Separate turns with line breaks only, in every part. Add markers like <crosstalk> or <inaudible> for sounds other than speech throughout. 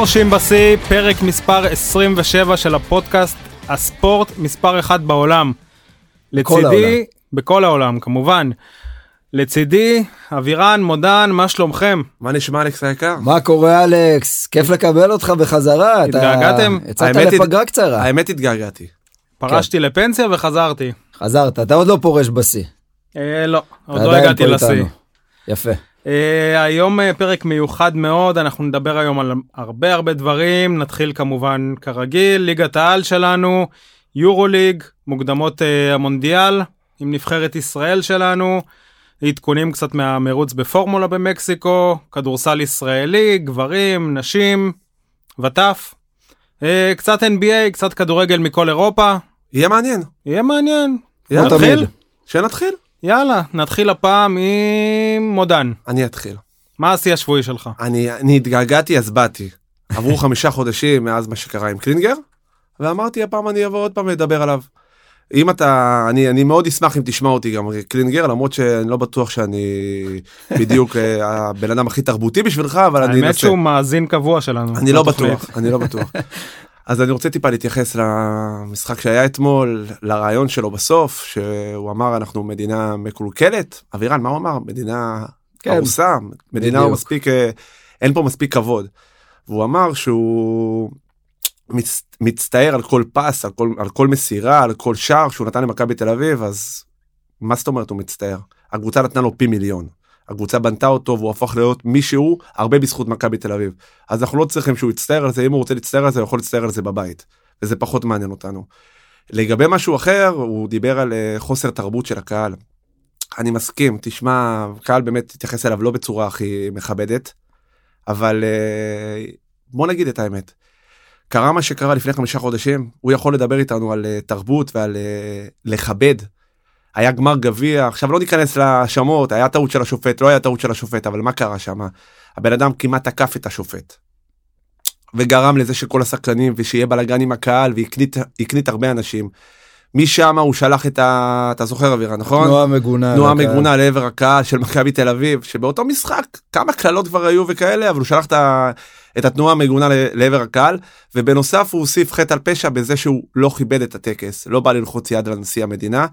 חדשים בשיא, פרק מספר 27 של הפודקאסט, הספורט מספר 1 בעולם.
העולם.
לצידי, בכל העולם כמובן. לצידי, אבירן, מודן, מה שלומכם?
מה נשמע אלכס היקר?
מה קורה אלכס? כיף לקבל אותך בחזרה. אתה-
התגעגעתם?
יצאת
האמת,
לפגרה קצרה.
האמת התגעגעתי.
פרשתי
כן.
לפנסיה וחזרתי.
חזרת, אתה עוד לא פורש בשיא.
אה, לא, עוד
אתה
לא
עדיין
הגעתי
פה
לשיא.
איתנו. יפה.
אה, היום אה, פרק מיוחד מאוד, אנחנו נדבר היום על הרבה הרבה דברים, נתחיל כמובן כרגיל, ליגת העל שלנו, יורוליג, מוקדמות אה, המונדיאל עם נבחרת ישראל שלנו, עדכונים קצת מהמרוץ בפורמולה במקסיקו, כדורסל ישראלי, גברים, נשים, וטף, אה, קצת NBA, קצת כדורגל מכל אירופה,
יהיה מעניין.
יהיה מעניין.
יאללה,
כמו תמיד.
נתחיל?
שנתחיל?
יאללה, נתחיל הפעם עם מודן.
אני אתחיל.
מה השיא השבועי שלך?
אני, אני התגעגעתי אז באתי. עברו חמישה חודשים מאז מה שקרה עם קלינגר, ואמרתי הפעם אני אבוא עוד פעם לדבר עליו. אם אתה, אני, אני מאוד אשמח אם תשמע אותי גם קלינגר, למרות שאני לא בטוח שאני בדיוק אה, הבן אדם הכי תרבותי בשבילך, אבל אני אנסה.
האמת שהוא מאזין קבוע שלנו.
אני לא
בתוכנית.
בטוח, אני לא בטוח. אז אני רוצה טיפה להתייחס למשחק שהיה אתמול, לרעיון שלו בסוף, שהוא אמר אנחנו מדינה מקולקלת. אבירן, מה הוא אמר? מדינה
כן.
הרוסה, מדינה
בדיוק.
מספיק, אה, אין פה מספיק כבוד. והוא אמר שהוא מצ, מצטער על כל פס, על כל, על כל מסירה, על כל שער שהוא נתן למכבי תל אביב, אז מה זאת אומרת הוא מצטער? הקבוצה נתנה לו פי מיליון. הקבוצה בנתה אותו והוא הפך להיות מישהו הרבה בזכות מכבי תל אביב. אז אנחנו לא צריכים שהוא יצטער על זה, אם הוא רוצה להצטער על זה, הוא יכול להצטער על זה בבית. וזה פחות מעניין אותנו. לגבי משהו אחר, הוא דיבר על אה, חוסר תרבות של הקהל. אני מסכים, תשמע, הקהל באמת התייחס אליו לא בצורה הכי מכבדת, אבל אה, בוא נגיד את האמת. קרה מה שקרה לפני חמישה חודשים, הוא יכול לדבר איתנו על אה, תרבות ועל אה, לכבד. היה גמר גביע, עכשיו לא ניכנס להאשמות, היה טעות של השופט, לא היה טעות של השופט, אבל מה קרה שם? הבן אדם כמעט תקף את השופט. וגרם לזה שכל השחקנים ושיהיה בלאגן עם הקהל והקנית הקנית הרבה אנשים. משם הוא שלח את ה... אתה זוכר אבירה נכון?
תנועה מגונה.
תנועה
לקהל.
מגונה לעבר הקהל של מכבי תל אביב שבאותו משחק כמה קללות כבר היו וכאלה אבל הוא שלח את ה- את התנועה המגונה ל- לעבר הקהל ובנוסף הוא הוסיף חטא על פשע בזה שהוא לא כיבד את הטקס לא בא ללחוץ יד לנשיא המדינה.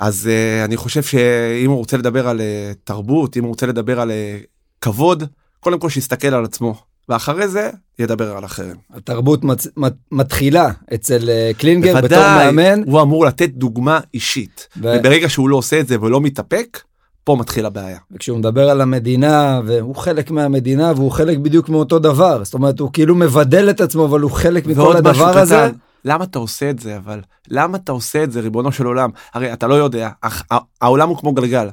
אז uh, אני חושב שאם הוא רוצה לדבר על uh, תרבות אם הוא רוצה לדבר על uh, כבוד קודם כל שיסתכל על עצמו ואחרי זה ידבר על אחרים.
התרבות מצ- מת- מתחילה אצל אה, קלינגר בתור
בוודאי,
מאמן.
הוא אמור לתת דוגמה אישית
ו-
וברגע שהוא לא עושה את זה ולא מתאפק פה מתחילה הבעיה.
וכשהוא מדבר על המדינה, והוא חלק מהמדינה, והוא חלק בדיוק מאותו דבר. זאת אומרת, הוא כאילו מבדל את עצמו, אבל הוא חלק מכל
ועוד משהו
הדבר הזה.
קטן, למה אתה עושה את זה אבל? למה אתה עושה את זה ריבונו של עולם? הרי אתה לא יודע, אך, ה- העולם הוא כמו גלגל.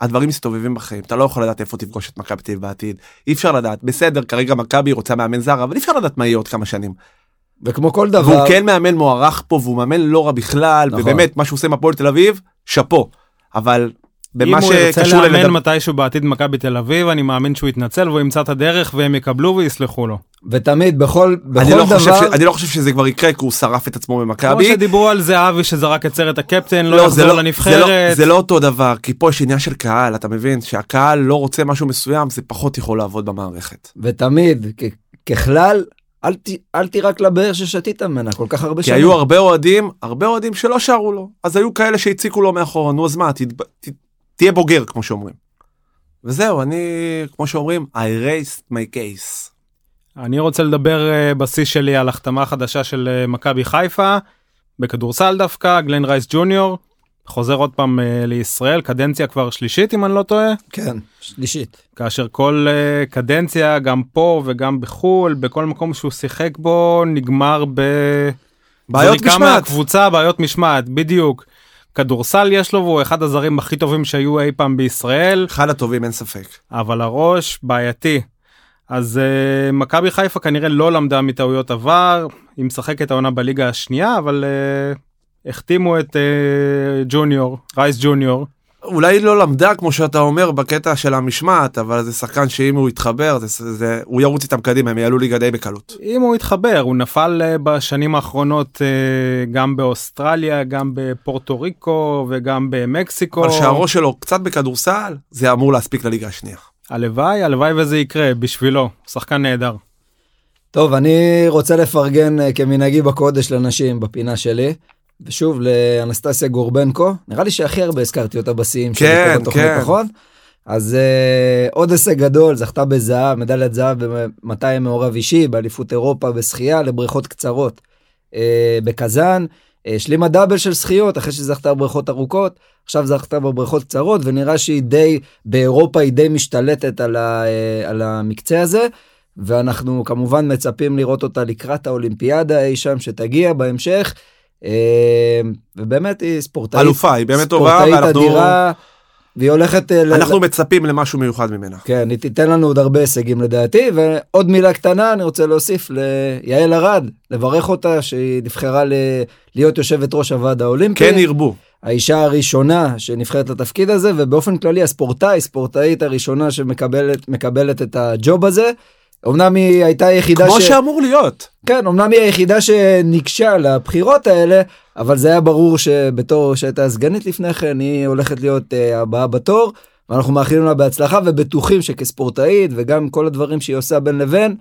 הדברים מסתובבים בחיים, אתה לא יכול לדעת איפה תפגוש את מכבי תל אביב בעתיד. אי אפשר לדעת, בסדר, כרגע מכבי רוצה מאמן זר, אבל אי אפשר לדעת מה יהיה עוד כמה שנים.
וכמו כל דבר...
והוא כן מאמן מוערך פה, והוא מאמן לא רע בכלל,
נכון.
ובאמת, מה שהוא עושה עם הפועל תל אביב, שאפו. אבל
אם
במה
הוא ירצה
שקשור
לאמן
ללדבר...
מתישהו בעתיד מכבי תל אביב, אני מאמין שהוא יתנצל והוא ימצא את הדרך והם יקבלו ויסלחו לו.
ותמיד בכל
אני
בכל
לא, חושב
דבר
ש... אני לא חושב שזה כבר יקרה, כי הוא שרף את עצמו
כמו
במכבי.
שדיברו על זהבי שזרק את סרט הקפטן, לא
זה
יחזור
זה לא,
לנבחרת.
זה לא אותו דבר, כי פה יש עניין של קהל, אתה מבין? שהקהל לא רוצה משהו מסוים, זה פחות יכול לעבוד במערכת.
ותמיד כ- ככלל אל, ת, אל תירק לבאר ששתית ממנה כל כך הרבה
כי
שנים.
היו הרבה אוהדים, הרבה אוהדים שלא שרו לו, אז היו כאלה שהציקו לו מאחורה, נו אז מה, תתב... ת... תהיה בוגר, כמו שאומרים. וזהו, אני, כמו שאומרים, I raised my case. לא-
אני רוצה לדבר אה, בשיא שלי על החתמה חדשה של אה, מכבי חיפה, בכדורסל דווקא, גלן רייס ג'וניור, חוזר עוד פעם אה, לישראל, קדנציה כבר שלישית אם אני לא טועה.
כן, שלישית.
כאשר כל אה, קדנציה, גם פה וגם בחו"ל, בכל מקום שהוא שיחק בו, נגמר ב...
בעיות
זריקה
משמעת.
מהקבוצה, בעיות משמעת, בדיוק. כדורסל יש לו והוא אחד הזרים הכי טובים שהיו אי פעם בישראל,
אחד הטובים, אין ספק.
אבל הראש בעייתי. אז uh, מכבי חיפה כנראה לא למדה מטעויות עבר, היא משחקת העונה בליגה השנייה, אבל uh, החתימו את uh, ג'וניור, רייס ג'וניור.
אולי היא לא למדה, כמו שאתה אומר, בקטע של המשמעת, אבל זה שחקן שאם הוא יתחבר, זה, זה, הוא ירוץ איתם קדימה, הם יעלו ליגה די בקלות.
אם הוא התחבר, הוא נפל אה, בשנים האחרונות אה, גם באוסטרליה, גם בפורטו ריקו וגם במקסיקו.
אבל שהראש שלו קצת בכדורסל זה אמור להספיק לליגה השנייה.
הלוואי, הלוואי וזה יקרה, בשבילו, הוא שחקן נהדר.
טוב, אני רוצה לפרגן אה, כמנהגי בקודש לנשים בפינה שלי. ושוב, לאנסטסיה גורבנקו, נראה לי שהכי הרבה הזכרתי אותה בשיאים שלי
כן,
פה בתוכנית,
כן.
נכון? אז אה, עוד הישג גדול, זכתה בזהב, מדליית זהב ב-200 מעורב אישי, באליפות אירופה, בשחייה, לבריכות קצרות. אה, בקזאן, אה, השלימה דאבל של שחיות, אחרי שזכתה בבריכות ארוכות, עכשיו זכתה בבריכות קצרות, ונראה שהיא די, באירופה היא די משתלטת על, ה, אה, על המקצה הזה. ואנחנו כמובן מצפים לראות אותה לקראת האולימפיאדה אי שם שתגיע בהמשך. אה, ובאמת היא ספורטאית,
אלופה, היא באמת טובה,
ספורטאית
ואנחנו-
אדירה, והיא הולכת, אה, ל-
אנחנו מצפים למשהו מיוחד ממנה.
כן, היא תיתן לנו עוד הרבה הישגים לדעתי, ועוד מילה קטנה אני רוצה להוסיף ליעל ארד, לברך אותה שהיא נבחרה ל... להיות יושבת ראש הוועד האולימפי.
כן ירבו.
האישה הראשונה שנבחרת לתפקיד הזה, ובאופן כללי הספורטאי, ספורטאית הראשונה שמקבלת מקבלת את הג'וב הזה. אמנם היא הייתה היחידה
כמו
ש...
שאמור להיות.
כן, אמנם היא היחידה שניגשה לבחירות האלה, אבל זה היה ברור שבתור שהייתה סגנית לפני כן, היא הולכת להיות אה, הבאה בתור, ואנחנו מאחלים לה בהצלחה ובטוחים שכספורטאית וגם כל הדברים שהיא עושה בין לבין,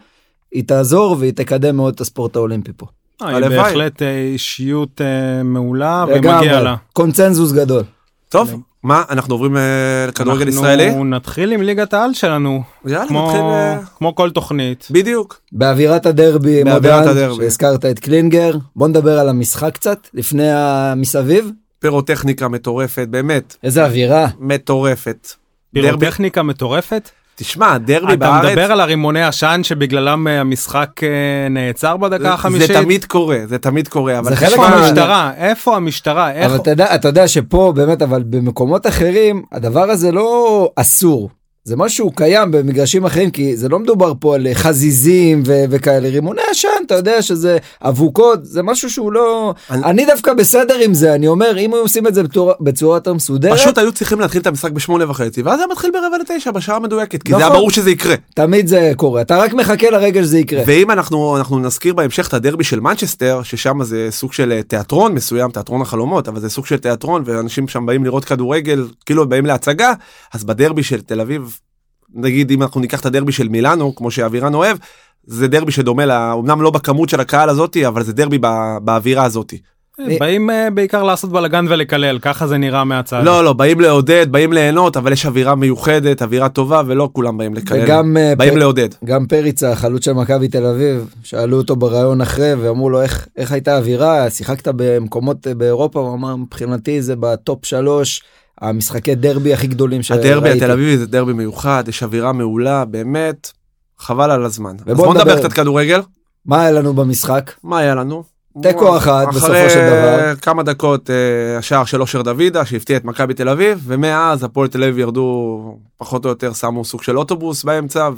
היא תעזור והיא תקדם מאוד את הספורט האולימפי פה.
אה, היא
הלוואי.
בהחלט אה, אישיות אה, מעולה ומגיע לה.
קונצנזוס גדול.
טוב,
כן.
מה, אנחנו עוברים אה, לכדורגל
אנחנו
ישראלי?
נתחיל עם ליגת העל שלנו,
יאללה,
כמו-
נתחיל... אה,
כמו כל תוכנית.
בדיוק.
באווירת הדרבי,
באווירת
מודן,
הדרבי.
שהזכרת את קלינגר, בוא נדבר על המשחק קצת, לפני המסביב.
פירוטכניקה מטורפת, באמת,
איזה אווירה.
מטורפת. דרבי.
פירוטכניקה מטורפת?
תשמע, הדרבי
אתה
בארץ,
מדבר על הרימוני עשן שבגללם אה, המשחק אה, נעצר בדקה החמישית?
זה תמיד קורה, זה תמיד קורה, אבל
זה חלק
איפה
מה-
המשטרה? איפה המשטרה? איך...
אבל אתה יודע, אתה יודע שפה באמת אבל במקומות אחרים הדבר הזה לא אסור. זה משהו קיים במגרשים אחרים כי זה לא מדובר פה על חזיזים ו- וכאלה רימוני עשן אתה יודע שזה אבוקות זה משהו שהוא לא אני,
אני-
אני דווקא בסדר עם זה אני אומר אם היו עושים את זה בצורה, בצורה יותר מסודרת פשוט...
פשוט היו צריכים להתחיל את המשחק בשמונה וחצי, ואז היה מתחיל ברבע לתשע בשעה המדויקת, כי זה היה
נכון.
ברור שזה יקרה.
תמיד זה קורה אתה רק מחכה לרגע שזה יקרה.
ואם אנחנו אנחנו נזכיר בהמשך את הדרבי של מנצ'סטר ששם זה סוג של אה, תיאטרון מסוים תיאטרון החלומות אבל זה סוג של תיאטרון ואנשים שם באים לראות כדורגל כאילו הם באים להצגה אז בדרבי של תל אביב נגיד אם אנחנו ניקח את הדרבי של מילאנו כמו שאבירן אוהב זה דרבי שדומה לה אמנם לא בכמות של הקהל הזאתי אבל זה דרבי בא, באווירה הזאתי.
אה, באים אה, בעיקר לעשות בלאגן ולקלל, ככה זה נראה מהצד.
לא לא באים לעודד באים ליהנות אבל יש אווירה מיוחדת אווירה טובה ולא כולם באים לקלל
וגם, אה,
באים
פ-
לעודד.
גם פריצה, החלוץ של מכבי תל אביב, שאלו אותו בריאיון אחרי ואמרו לו איך, איך הייתה האווירה, שיחקת במקומות אה, באירופה, הוא אמר מבחינתי זה בטופ שלוש, המשחקי דרבי הכי גדולים שראיתי.
הדרבי התל אביבי זה דרבי מיוחד, יש אווירה מעולה, באמת, חבל על הזמן. אז
ובוא
בוא נדבר
נדבר.
קצת כדורגל,
מה היה לנו במשחק?
מה היה לנו?
תיקו
וואו,
אחת, בסופו
אחרי
של דבר.
כמה דקות אה, השער של אושר דוידה שהפתיע את מכבי תל אביב, ומאז הפועל תל אביב ירדו, פחות או יותר שמו סוג של אוטובוס באמצע,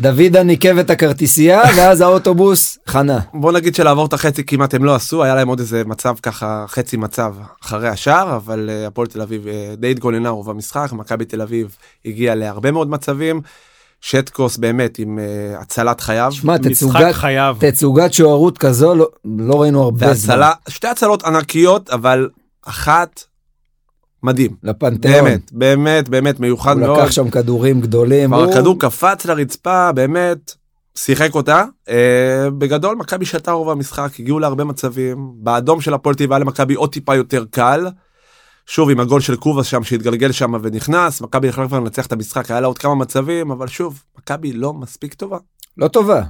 דוידה ניקב את
<laughs>
הכרטיסייה ואז האוטובוס חנה.
ובוא נגיד שלעבור את החצי כמעט הם לא עשו, היה להם עוד איזה מצב ככה, חצי מצב אחרי השער, אבל אה, הפועל תל אביב אה, די התגוננה רוב המשחק, מכבי תל אביב הגיעה להרבה מאוד מצבים. שטקוס באמת עם אה, הצלת חייו.
שמע,
משחק
תצוגת,
חייב.
תצוגת שוערות כזו לא, לא ראינו הרבה זמן.
והצלה, שתי הצלות ענקיות, אבל אחת מדהים.
לפנתיאון.
באמת, באמת, באמת מיוחד
הוא
מאוד.
לקח שם כדורים גדולים.
כבר
הוא-
הכדור קפץ לרצפה, באמת, שיחק אותה. אה, בגדול, מכבי שתה רוב המשחק, הגיעו להרבה מצבים. באדום של הפועל טבעה למכבי עוד טיפה יותר קל. שוב, עם הגול של קובה שם, שהתגלגל שם ונכנס, מכבי יכלה כבר לנצח את המשחק, היה לה עוד כמה מצבים, אבל שוב, מכבי לא מספיק טובה.
לא טובה.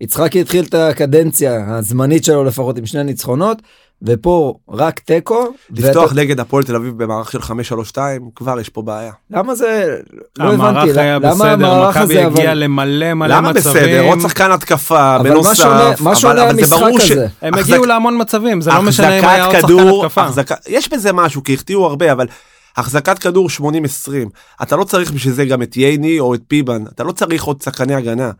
יצחקי התחיל את הקדנציה הזמנית שלו לפחות עם שני ניצחונות, ופה רק תיקו.
לפתוח
ואתה-
נגד הפועל תל אביב במערך של 5-3-2, כבר יש פה בעיה.
למה זה... לא הבנתי.
המערך היה
למה
בסדר,
המערך
מכבי
הזה, אבל-
הגיע למלא מלא
למה בסדר?
מצבים.
עוד שחקן התקפה
אבל מה
בנוסף.
שונה- מה
אבל-
שונה
אבל זה
המשחק
ברור ש-
הזה?
הם
החזק-
הגיעו להמון מצבים, זה לא משנה אם
החזקת
היה עוד שחקן
כדור-
התקפה.
החזקה- יש בזה משהו, כי החטיאו הרבה, אבל החזקת כדור 80-20. אתה לא צריך בשביל זה גם את ייני או את פיבן, אתה לא צריך עוד שחקני הגנה.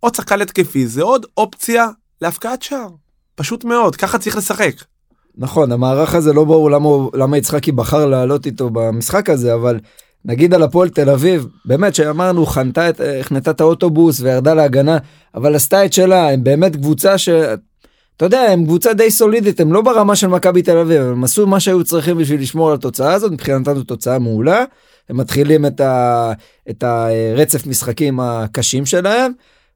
עוד שחקן התקפי זה עוד אופציה להפקעת שער. פשוט מאוד, ככה צריך לשחק.
נכון, המערך הזה לא ברור למה, הוא- למה יצחקי בחר לעלות איתו במשחק הזה, אבל נגיד על הפועל תל אביב, באמת שאמרנו, חנתה את, החנתה את האוטובוס וירדה להגנה, אבל עשתה את שלה, הם באמת קבוצה ש... אתה יודע, הם קבוצה די סולידית, הם לא ברמה של מכבי תל אביב, הם עשו מה שהיו צריכים בשביל לשמור על התוצאה הזאת, מבחינתם זו תוצאה מעולה. הם מתחילים את, ה, את הרצף משחקים הקשים שלהם,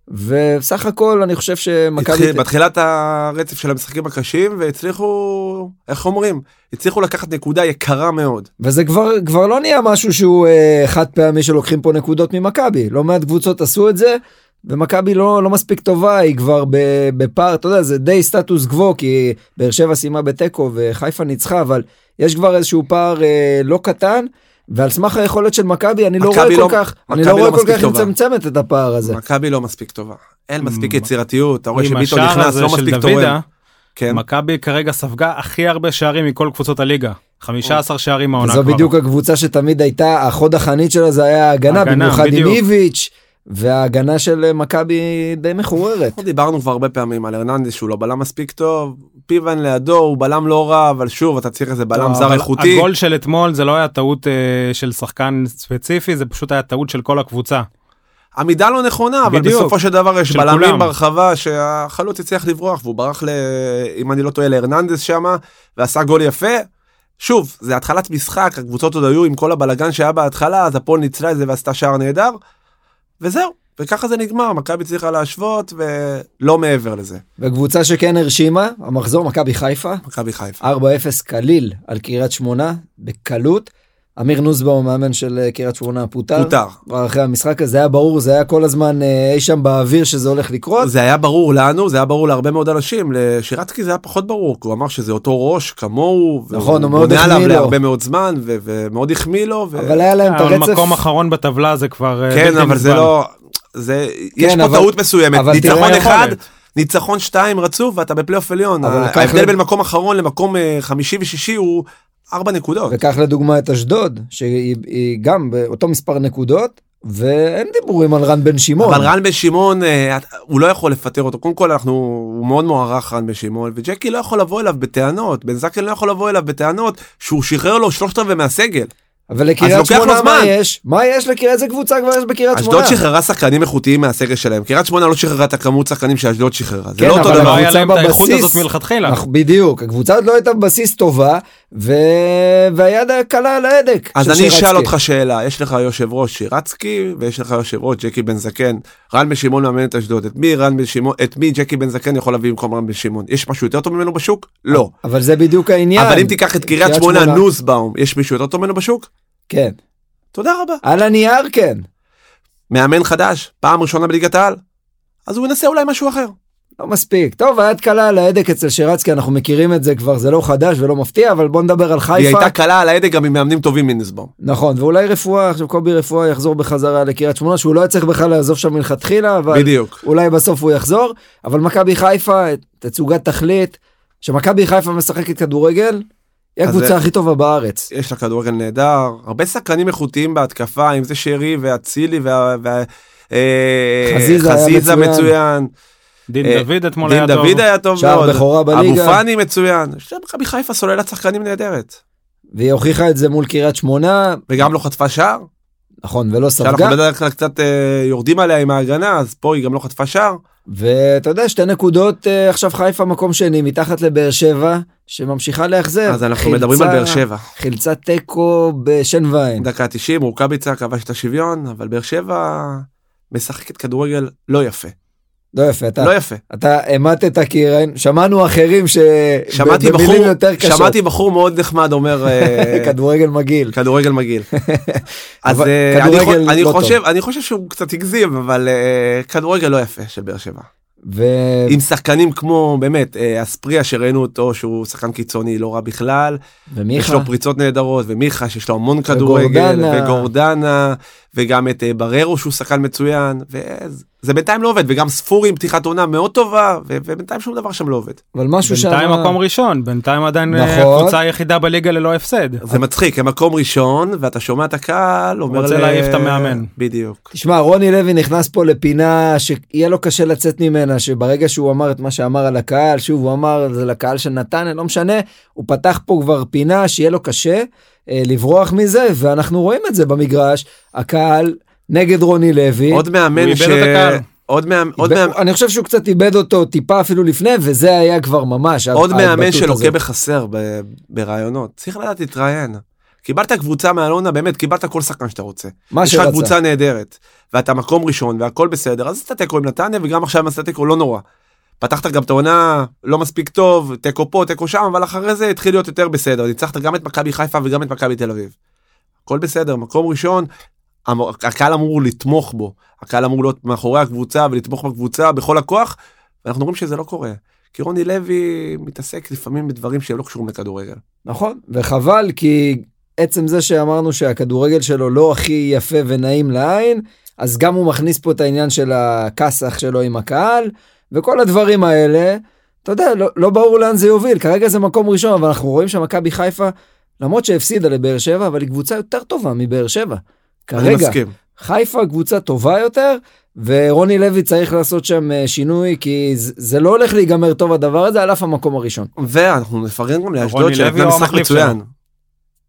ובסך הכל אני חושב שמכבי...
התחיל- בתחילת הרצף של המשחקים הקשים והצליחו איך אומרים הצליחו לקחת נקודה יקרה מאוד
וזה כבר כבר לא נהיה משהו שהוא אה, חד פעמי שלוקחים פה נקודות ממכבי לא מעט קבוצות עשו את זה ומכבי לא לא מספיק טובה היא כבר ב- בפער אתה יודע זה די סטטוס גבוה כי באר שבע סיימה בתיקו וחיפה ניצחה אבל יש כבר איזשהו פער אה, לא קטן ועל סמך היכולת של מכבי אני לא
מכבי
רואה כל
לא-
כך אני
מכבי
לא רואה
לא
כל
מספיק
כך
טובה.
מצמצמת את הפער הזה.
מכבי לא מספיק טובה אין מספיק
מ-
יצירתיות אתה רואה
עם
שביטון
השער
נכנס
הזה
לא
של
מספיק
דוידה,
תורם. כן
מכבי כרגע ספגה הכי הרבה שערים מכל קבוצות הליגה. 15 שערים
נכון,
העונה
זו
כבר.
בדיוק הקבוצה שתמיד הייתה החוד החנית שלה זה היה ההגנה
הגנה,
במיוחד עם
בדיוק.
איביץ' וההגנה של אה, מכבי די מחוררת.
אנחנו דיברנו כבר הרבה פעמים על הרננדס שהוא לא בלם מספיק טוב פיבן לידו הוא בלם לא רע אבל שוב אתה צריך איזה בלם זר
לא, אבל
איכותי
הגול של אתמול זה לא היה טעות אה, של שחקן ספציפי, זה פשוט היה טעות של כל הקבוצה.
עמידה לא נכונה אבל
בדיוק.
בסופו של דבר יש
של
בלמים
כולם.
ברחבה שהחלוץ הצליח לברוח והוא ברח ל... אם אני לא טועה להרננדס שמה ועשה גול יפה. שוב זה התחלת משחק הקבוצות עוד היו עם כל הבלגן שהיה בהתחלה אז הפועל ניצלה את זה ועשתה שער נהדר. וזהו וככה זה נגמר מכבי צריכה להשוות ולא מעבר לזה
וקבוצה שכן הרשימה, המחזור מכבי חיפה,
מכבי חיפה.
4-0 קליל על קריית שמונה, בקלות. אמיר נוסבאום, מאמן של אה, קריית שמונה, פוטר.
פוטר.
כבר אחרי המשחק הזה היה ברור, זה היה כל הזמן אה, אי שם באוויר שזה הולך לקרות.
זה היה ברור לנו זה היה ברור להרבה מאוד אנשים לשירצקי זה היה פחות ברור כי הוא אמר שזה אותו ראש כמוהו
נכון, הוא
והוא
מאוד
בונה עליו
החמיא לו.
להרבה מאוד זמן ו- ומאוד החמיא לו. ו-
אבל היה להם את
אבל
הרצף.
מקום אחרון בטבלה זה כבר אה,
כן
בלתי
אבל זה
נסבל.
לא זה יש פה
כן, אבל-
טעות מסוימת
אבל תראה
ניצחון אחד
יכולת.
ניצחון שתיים רצוף ואתה בפלייאוף עליון
אבל לקח
ההבדל
לו-
בין מקום אחרון למקום אה, חמישי ושישי הוא ארבע נקודות
וקח לדוגמה את אשדוד, שהיא היא גם באותו מספר נקודות, ואין דיבורים על רן בן שמעון.
אבל רן בן שמעון אה, את- הוא לא יכול לפטר אותו קודם כל אנחנו הוא מאוד מוערך רן בן שמעון וג'קי לא יכול לבוא אליו בטענות בן זקן לא יכול לבוא אליו בטענות שהוא שחרר לו שלושת רבעי מהסגל
אבל
אז
לקריית
לוקח לו
שמונה מה
זמן.
יש? מה יש לקריית? איזה קבוצה כבר יש בקריית שמונה?
אשדוד שחררה שחקנים איכותיים מהסגל שלהם קריית שמונה לא שחררה את הכמות שחקנים שאשדוד שחררה זה
כן,
לא אותו
אבל
אבל לא
דבר
היה
הקבוצה
להם את האיכות
בבסיס.
הזאת מלכתחילה.
אנחנו- בדיוק, הקבוצה עוד לא הייתה בבסיס טובה, ו... והיד קלה על ההדק.
אז
של
אני אשאל
שרצקי.
אותך שאלה, יש לך יושב ראש שירצקי ויש לך יושב ראש ג'קי בן זקן, רן בן שמעון מאמן את אשדוד, את מי רן בן שמעון, את מי ג'קי בן זקן יכול להביא במקום רן בן שמעון, יש משהו יותר טוב ממנו בשוק? לא.
אבל זה בדיוק העניין.
אבל אם תיקח את קריית שמונה נוסבאום, יש מישהו יותר טוב ממנו בשוק?
כן.
תודה רבה.
על הנייר כן.
מאמן חדש, פעם ראשונה בליגת העל, אז הוא ינסה אולי משהו אחר.
לא מספיק. טוב, היד קלה על ההדק אצל שרצקי, אנחנו מכירים את זה כבר, זה לא חדש ולא מפתיע, אבל בוא נדבר על
היא
חיפה.
הייתה קלה על ההדק גם עם מאמנים טובים מנוסבאום.
נכון, ואולי רפואה, עכשיו קובי רפואה יחזור בחזרה לקריית שמונה, שהוא לא היה צריך בכלל לעזוב שם מלכתחילה, אבל...
בדיוק.
אולי בסוף הוא יחזור, אבל מכבי חיפה, תצוגת תכלית, שמכבי חיפה משחקת כדורגל, היא
אז
הקבוצה
זה-
הכי טובה בארץ.
יש לה כדורגל נהדר, הרבה שחקנים איכותיים בהתקפה, אם זה שרי ואצילי וה... וה... אה,
חזיזה היה
חזיזה
מצוין.
מצוין. אה,
דין דוד אתמול
דין
היה טוב.
דוד היה טוב
שער
מאוד.
בכורה
אבו
בליגה,
פאני מצוין. יש להם מכבי חיפה סוללת שחקנים נהדרת.
והיא הוכיחה את זה מול קריית שמונה,
וגם לא חטפה שער.
נכון, ולא
שאנחנו לא-
ספגה,
בדרך כלל קצת אה, יורדים עליה עם ההגנה, אז פה היא גם לא חטפה שער.
ואתה יודע, שתי נקודות, אה, עכשיו חיפה מקום שני, מתחת לבאר שבע, שממשיכה לאכזב.
אז אנחנו
חילצה-
מדברים על באר שבע.
חילצה תיקו בשן ועין.
דקה 90, רוקאביצה כבש את השוויון, אבל באר שבע משחקת כדורגל לא יפה.
לא יפה, אתה...
לא יפה.
אתה המטת כי ראינו- שמענו אחרים ש...
שמעתי
במילים
בחור,
יותר קשות.
שמעתי בחור מאוד נחמד אומר אה,
<laughs> כדורגל מגעיל.
כדורגל
<laughs>
מגעיל. אז
אבל
אה, אני
כדורגל
חו- אני
לא
חושב אני חושב שהוא קצת הגזים אבל אה, כדורגל לא יפה של באר שבע.
ו...
עם שחקנים כמו באמת אה, אספריה שראינו אותו שהוא שחקן קיצוני לא רע בכלל יש
ומיכה,
לו פריצות נהדרות ומיכה שיש לו המון כדורגל
וגורדנה.
וגורדנה וגם את אה, בררו שהוא שחקן מצוין וזה בינתיים לא עובד וגם ספורי עם פתיחת עונה מאוד טובה ו- ובינתיים שום דבר שם לא עובד.
אבל משהו שם...
בינתיים מקום ראשון, בינתיים עדיין אה,
נכון.
הקבוצה היחידה בליגה ללא הפסד.
זה מצחיק הם מקום ראשון ואתה שומע את הקהל אומר
רוצה
ל-
להעיף את המאמן.
בדיוק.
תשמע, רוני לוי נכנס פה לפינה שיהיה לו קשה לצאת ממנה, שברגע שהוא אמר את מה שאמר על הקהל, שוב, הוא אמר זה לקהל של נתניה, לא משנה, הוא פתח פה כבר פינה שיהיה לו קשה אה, לברוח מזה, ואנחנו רואים את זה במגרש, הקהל נגד רוני לוי.
עוד מאמן
איבד
ש...
את הקהל.
עוד מאמן, עוד
ו-
מאמן,
אני חושב שהוא קצת איבד אותו טיפה אפילו לפני, וזה היה כבר ממש.
עוד
ההתבטאות
מאמן שלוקה
הזאת.
בחסר ב- ברעיונות צריך לדעת להתראיין. קיבלת קבוצה מאלונה, באמת, קיבלת כל שחקן שאתה רוצה.
מה
יש לך
שרצה.
קבוצה נהדרת, ואתה מקום ראשון והכל בסדר, אז עשית תיקו עם נתניה וגם עכשיו עשית תיקו לא נורא. פתחת גם את העונה לא מספיק טוב, תיקו פה, תיקו שם, אבל אחרי זה התחיל להיות יותר בסדר, ניצחת גם את מכבי חיפה וגם את מכבי תל אביב. הכל בסדר, מקום ראשון, המ- הקהל אמור לתמוך בו, הקהל אמור להיות מאחורי הקבוצה ולתמוך בקבוצה בכל הכוח, ואנחנו רואים שזה לא קורה. כי רוני לוי מתעסק לפעמים בדברים שהם לא קשורים לכדורגל.
נכון, וחבל כי עצם זה שאמרנו שהכדורגל שלו לא הכי יפה ונעים לעין, אז גם הוא מכניס פה את העניין של הכסח שלו עם הקהל, וכל הדברים האלה, אתה יודע, לא, לא ברור לאן זה יוביל, כרגע זה מקום ראשון, אבל אנחנו רואים שמכבי חיפה, למרות שהפסידה לבאר שבע, אבל היא קבוצה יותר טובה מבאר שבע.
אני
כרגע,
מסכים.
חיפה קבוצה טובה יותר, ורוני לוי צריך לעשות שם אה, שינוי, כי זה, זה לא הולך להיגמר טוב הדבר הזה, על אף המקום הראשון.
ואנחנו נפרגן גם לאשדוד
רוני לוי
שנתנה
או
משחק
המחליף
מצוין.
שלו?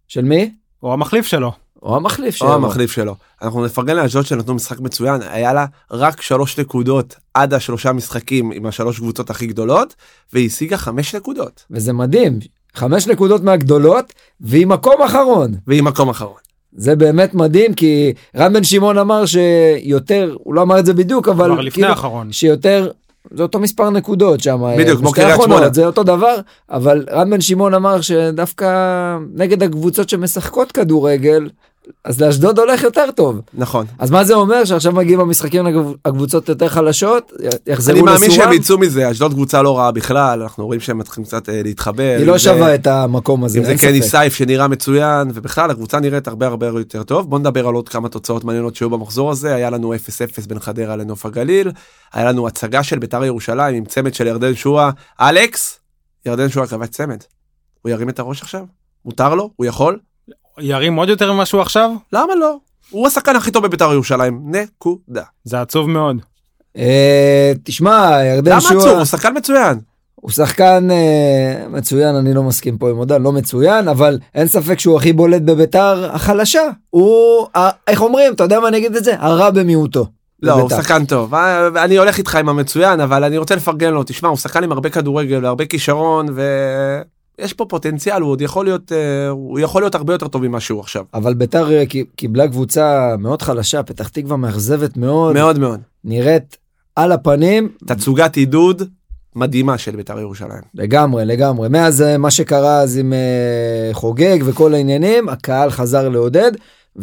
של מי?
הוא המחליף שלו.
או המחליף שלו.
או המחליף שלו. אנחנו נפרגן לאשדוד שנתנו משחק מצוין, היה לה רק שלוש נקודות עד השלושה משחקים עם השלוש קבוצות הכי גדולות, והיא השיגה חמש נקודות,
וזה מדהים, חמש נקודות מהגדולות, והיא מקום אחרון.
והיא מקום אחרון.
זה באמת מדהים, כי רן בן שמעון אמר שיותר, הוא לא אמר את זה בדיוק, אבל כאילו
כבר לפני האחרון.
שיותר, זה אותו מספר נקודות שם. אה,
בדיוק, כמו
בשתי
קריית
האחרונות,
שמונה.
זה אותו דבר, אבל רן בן שמעון אמר שדווקא נגד הקבוצות שמשחקות כדורגל, אז לאשדוד הולך יותר טוב.
נכון.
אז מה זה אומר שעכשיו מגיעים המשחקים נגד הקבוצות יותר חלשות, יחזרו
אני
לסורם?
מאמין שהם יצאו מזה, אשדוד קבוצה לא רעה בכלל, אנחנו רואים שהם מתחילים קצת אה, להתחבר.
היא
אם
לא
זה-
שווה את המקום הזה,
אם זה כן
אין
קני
ספק.
סייף שנראה מצוין, ובכלל הקבוצה נראית הרבה הרבה יותר טוב. בוא נדבר על עוד כמה תוצאות מעניינות שהיו במחזור הזה, היה לנו 0-0 בין חדרה לנוף הגליל, היה לנו הצגה של ביתר ירושלים עם צמד של ירדן שואה, אלכס, ירדן שואה קבע צמד. הוא ירים את הראש עכשיו? מותר לו? הוא יכול?
ירים עוד יותר ממה שהוא עכשיו?
למה לא? הוא השחקן הכי טוב בביתר ירושלים, נקודה.
זה עצוב מאוד.
אה, תשמע, ירדן
למה
שועה...
עצור? הוא שחקן מצוין.
הוא שחקן אה, מצוין, אני לא מסכים פה עם עודן, לא מצוין, אבל אין ספק שהוא הכי בולט בביתר החלשה. הוא, ה- איך אומרים, אתה יודע מה אני אגיד את זה? הרע במיעוטו.
לא, הוא
בביתר.
שחקן טוב. אה, אני הולך איתך עם המצוין, אבל אני רוצה לפרגן לו. תשמע, הוא שחקן עם הרבה כדורגל, הרבה כישרון, ויש פה פוטנציאל, הוא עוד יכול להיות, אה, הוא יכול להיות הרבה יותר טוב ממה שהוא עכשיו.
אבל ביתר אה, קי- קיבלה קבוצה מאוד חלשה, פתח תקווה מאכזבת מאוד, מאוד,
מאוד מאוד.
נראית על הפנים,
תצוגת עידוד מדהימה של בית"ר ירושלים.
לגמרי, לגמרי. מאז אה, מה שקרה אז עם אה, חוגג וכל העניינים, הקהל חזר לעודד,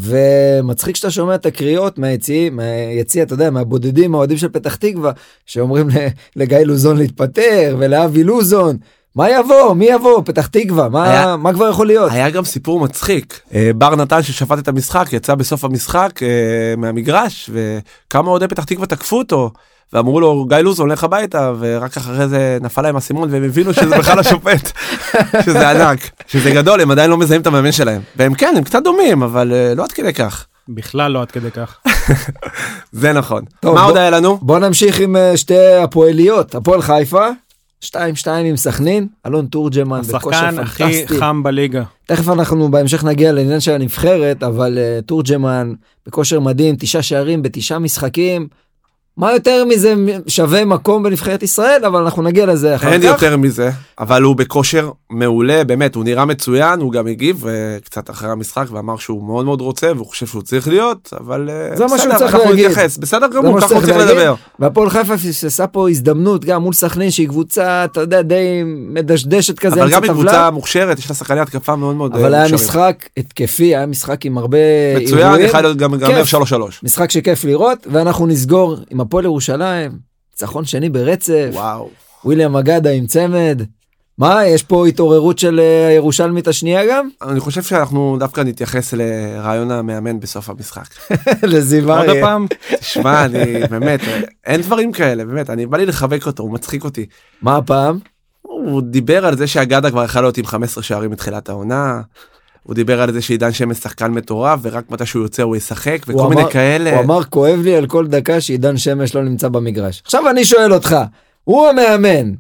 ומצחיק שאתה שומע את הקריאות מהיציעים, מהיציע, אתה יודע, מהבודדים, האוהדים של פתח תקווה, שאומרים ל- לגיא לוזון להתפטר, ולאבי לוזון, מה יבוא? מי יבוא? פתח תקווה, מה,
היה-
מה כבר יכול להיות?
היה גם סיפור מצחיק. אה, בר נתן ששפט את המשחק, יצא בסוף המשחק אה, מהמגרש, וכמה אוהדי פתח תקווה תקפו אותו. ואמרו לו גיא לוזון לך הביתה ורק אחרי זה נפל להם האסימון והם הבינו שזה בכלל השופט שזה ענק שזה גדול הם עדיין לא מזהים את המאמן שלהם והם כן הם קצת דומים אבל אה, לא עד כדי כך
בכלל לא עד כדי כך.
<laughs>
זה נכון
טוב,
מה
בוא-
עוד היה לנו
בוא נמשיך עם אה, שתי הפועליות, הפועל חיפה. 2-2 עם סכנין, אלון תורג'מן בכושר
השחקן הכי
פנטסטי.
חם בליגה.
תכף אנחנו בהמשך נגיע לעניין של הנבחרת, אבל uh, תורג'מן בכושר מדהים, תשעה שערים בתשעה משחקים. מה יותר מזה שווה מקום בנבחרת ישראל, אבל אנחנו נגיע לזה אחר
אין
כך.
יותר מזה אבל הוא בכושר מעולה באמת הוא נראה מצוין הוא גם הגיב אה, קצת אחרי המשחק ואמר שהוא מאוד מאוד רוצה והוא חושב שהוא צריך להיות אבל אה,
זה מה שהוא
בסדר,
צריך
אנחנו
להגיד.
נתייחס. בסדר
זה מה
גמור ככה הוא
שצריך
צריך
להגיד.
לדבר.
והפועל חיפה פספסה פה הזדמנות גם מול סכנין שהיא קבוצה, אתה יודע, די מדשדשת כזה,
אבל
אמצע
גם היא
טבלה,
קבוצה מוכשרת יש לה שחקני התקפה מאוד מאוד
אבל
אה,
היה
מוכשרים.
משחק התקפי, היה משחק עם הרבה
מצוין
אירועים.
יכול להיות גם גם
כיף.
3
משחק שכיף לראות, ואנחנו נסגור עם הפועל ירושלים, ניצחון שני ברצף.
וואו.
וויליאם אגדה עם צמד. מה, יש פה התעוררות של אה, הירושלמית השנייה גם? <laughs>
אני חושב שאנחנו דווקא נתייחס לרעיון המאמן בסוף המשחק.
לזיווריה.
עוד פעם?
תשמע, אני באמת, אה, אין דברים כאלה, באמת, אני בא לי לחבק אותו, הוא מצחיק אותי.
מה הפעם?
הוא דיבר על זה שאגדה כבר יכול להיות עם 15 שערים מתחילת העונה. הוא דיבר על זה שעידן שמש שחקן מטורף ורק מתי שהוא יוצא הוא ישחק
הוא
וכל מיני
אמר-
כאלה.
הוא אמר, כואב לי על כל דקה שעידן שמש לא נמצא במגרש. עכשיו אני שואל אותך, הוא המאמן,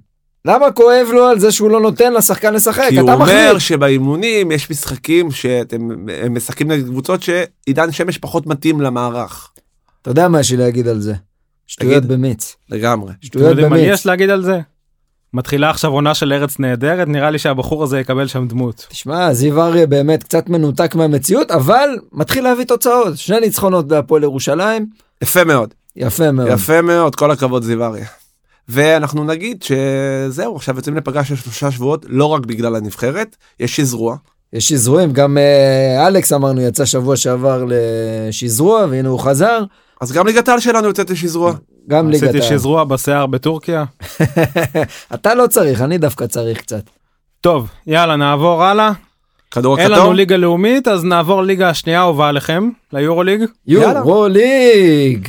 למה כואב לו על זה שהוא לא נותן לשחקן לשחק?
כי הוא
אתה
אומר
מחליט.
שבאימונים יש משחקים שאתם הם משחקים נגד קבוצות שעידן שמש פחות מתאים למערך.
אתה יודע מה יש לי להגיד על זה. שטויות
תגיד.
במיץ.
לגמרי.
אתם
שטויות
יודעים מה לי
במיץ.
יש להגיד על זה? מתחילה עכשיו עונה של ארץ נהדרת, נראה לי שהבחור הזה יקבל שם דמות.
תשמע, זיו אריה באמת קצת מנותק מהמציאות, אבל מתחיל להביא תוצאות. שני ניצחונות בהפועל ירושלים,
יפה מאוד,
יפה מאוד.
יפה מאוד, כל הכבוד זיו אריה. ואנחנו נגיד שזהו, עכשיו יוצאים לפגרה של שלושה שבועות, לא רק בגלל הנבחרת, יש שזרוע.
יש שזרועים, גם אה, אלכס אמרנו יצא שבוע שעבר לשזרוע, והנה הוא חזר,
אז גם ליגת העל שלנו יוצאת לשזרוע.
גם ליגת
עשיתי
העל.
שזרוע בשיער בטורקיה.
<laughs> אתה לא צריך, אני דווקא צריך קצת.
טוב, יאללה, נעבור הלאה.
כדור
אוקיי,
אין לנו
הכתום,
ליגה לאומית, אז נעבור ליגה השנייה האהובה עליכם, ליורוליג.
יאללה.
יורו ליג!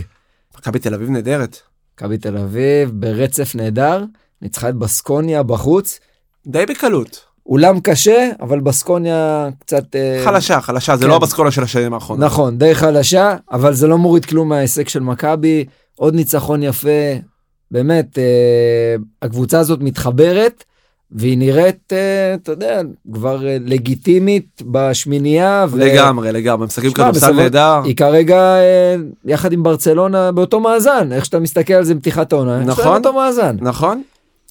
מכבי תל אביב נהדרת.
מכבי תל אביב ברצף נהדר, ניצחה את בסקוניה בחוץ,
די בקלות.
אולם קשה, אבל בסקוניה קצת... אה,
חלשה, חלשה, זה
כן.
לא הבסקולה של השנים האחרונות.
נכון, די חלשה, אבל זה לא מוריד כלום מההישג של מכבי, עוד ניצחון יפה, באמת, אה, הקבוצה הזאת מתחברת, והיא נראית, אה, אתה יודע, כבר אה, לגיטימית בשמינייה. ו-
לגמרי, לגמרי, משחקים
שמע,
כדורסל
בסופו-
נהדר.
היא כרגע אה, יחד עם ברצלונה באותו מאזן, איך שאתה מסתכל על זה בפתיחת העונה, איך שאתה
נכון.
באותו מאזן.
נכון?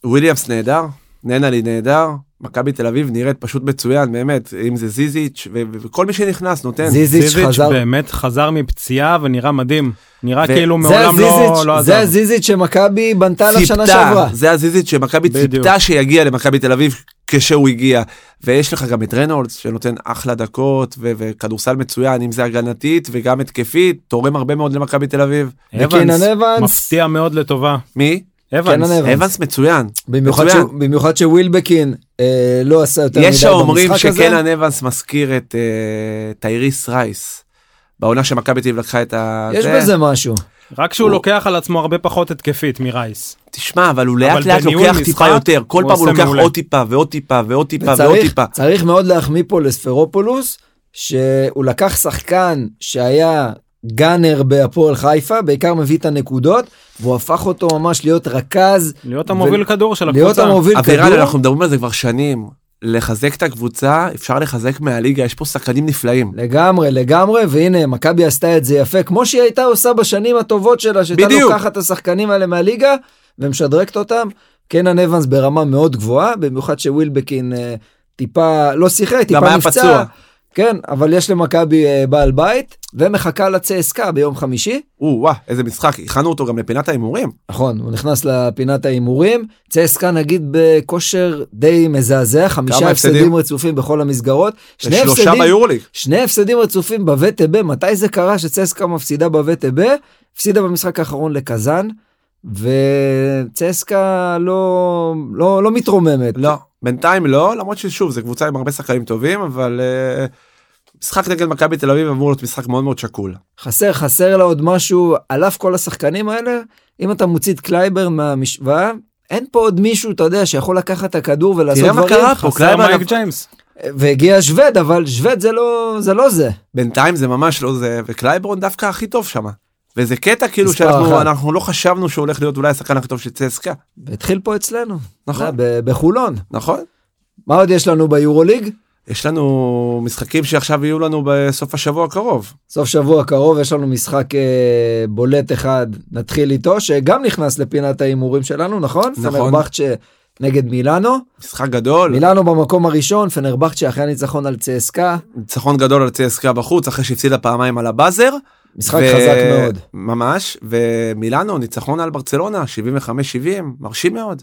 וויליאמס נהדר, ננלי נהדר, מכבי תל אביב נראית פשוט מצוין, באמת, אם זה זיזיץ' ו- ו- וכל מי שנכנס נותן.
זיזיץ' חזר,
באמת חזר מפציעה ונראה מדהים. נראה
ו-
כאילו
זה
מעולם לא-
הזיזיץ',
לא
זה
עזב.
הזיזיץ' שמכבי בנתה עליו שנה שעברה.
זה הזיזיץ' שמכבי
בדיוק.
ציפתה שיגיע למכבי תל אביב כשהוא הגיע. ויש לך גם את רנולדס שנותן אחלה דקות ו- וכדורסל מצוין, אם זה הגנתית וגם התקפית, תורם הרבה מאוד למכבי תל אביב.
וקינן
אבנס,
אבנס,
מפתיע מאוד לטובה.
מי?
אבנס.
אבנס.
אבנס מצוין.
במיוחד
מצוין.
ש- במיוחד שווילבקין אה, לא עשה יותר מדי
יש האומרים
במשחק הזה.
שקנן אבנס מזכיר את אה, טייריס רייס. בעונה שמכבי תל אביב לקחה את ה...
יש
זה.
בזה משהו.
רק שהוא
הוא-
לוקח על עצמו הרבה פחות התקפית מרייס.
תשמע, אבל הוא לאט לאט
בניהול
לוקח
משחק
טיפה יותר. כל
הוא
פעם הוא
עושה
לוקח
מעולה.
עוד טיפה ועוד טיפה ועוד טיפה ועוד
וצריך-
טיפה.
צריך מאוד להחמיא פה לספרופולוס, שהוא לקח שחקן שהיה גאנר בהפועל חיפה, בעיקר מביא את הנקודות, והוא הפך אותו ממש להיות רכז,
להיות המוביל
ו-
כדור של
להיות
הקבוצה.
המוביל
אבירן,
כדור.
אנחנו מדברים על זה כבר שנים. לחזק את הקבוצה, אפשר לחזק מהליגה, יש פה שחקנים נפלאים.
לגמרי, לגמרי, והנה, מכבי עשתה את זה יפה, כמו שהיא הייתה עושה בשנים הטובות שלה, שהייתה
בדיוק.
לוקחת את השחקנים האלה מהליגה ומשדרגת אותם. קנן אבנס ברמה מאוד גבוהה, במיוחד שווילבקין אה, טיפה, לא שיחק, טיפה
היה
נפצע.
פצוע.
כן, אבל יש למכבי אה, בעל בית, ומחכה לצסקה ביום חמישי.
או וואה, איזה משחק, הכנו אותו גם לפינת ההימורים.
נכון, הוא נכנס לפינת ההימורים. צסקה נגיד בכושר די מזעזע, חמישה
כמה הפסדים?
הפסדים רצופים בכל המסגרות. שני
שלושה
הפסדים
ביורוליג.
שני הפסדים רצופים בווטב, מתי זה קרה שצסקה מפסידה בווטב? הפסידה במשחק האחרון לקזאן, וצסקה לא, לא, לא מתרוממת.
לא, בינתיים לא, למרות ששוב, זו קבוצה עם הרבה שחקנים טובים, אבל אה, משחק נגד מכבי תל אביב אמור להיות משחק מאוד מאוד שקול.
חסר, חסר לה עוד משהו, על אף כל השחקנים האלה, אם אתה מוציא את קלייבר מהמשוואה, אין פה עוד מישהו, אתה יודע, שיכול לקחת את הכדור ולעשות
תראה מה
דברים.
קרה פה,
חסר
קלייבר-
מייק ג'יימס.
והגיע שווד, אבל שווד זה לא זה. לא זה.
בינתיים זה ממש לא זה, וקלייברון דווקא הכי טוב שם. וזה קטע כאילו
מספר
שאנחנו
אחת.
אנחנו לא חשבנו שהוא הולך להיות אולי השחקן הכי טוב של צסקה,
והתחיל פה אצלנו,
נכון.
אתה יודע, ב- בחולון.
נכון?
מה עוד יש לנו ביורוליג?
יש לנו משחקים שעכשיו יהיו לנו בסוף השבוע הקרוב.
סוף שבוע קרוב יש לנו משחק אה, בולט אחד נתחיל איתו שגם נכנס לפינת ההימורים שלנו נכון?
נכון.
פנרבכצ'ה נגד מילאנו,
משחק גדול,
מילאנו במקום הראשון, פנרבכצ'ה אחרי הניצחון על צסקה,
ניצחון גדול על צסקה בחוץ אחרי שהפסידה פעמיים על הבאזר.
משחק חזק מאוד.
ממש, ומילאנו ניצחון על ברצלונה 75-70, מרשים מאוד.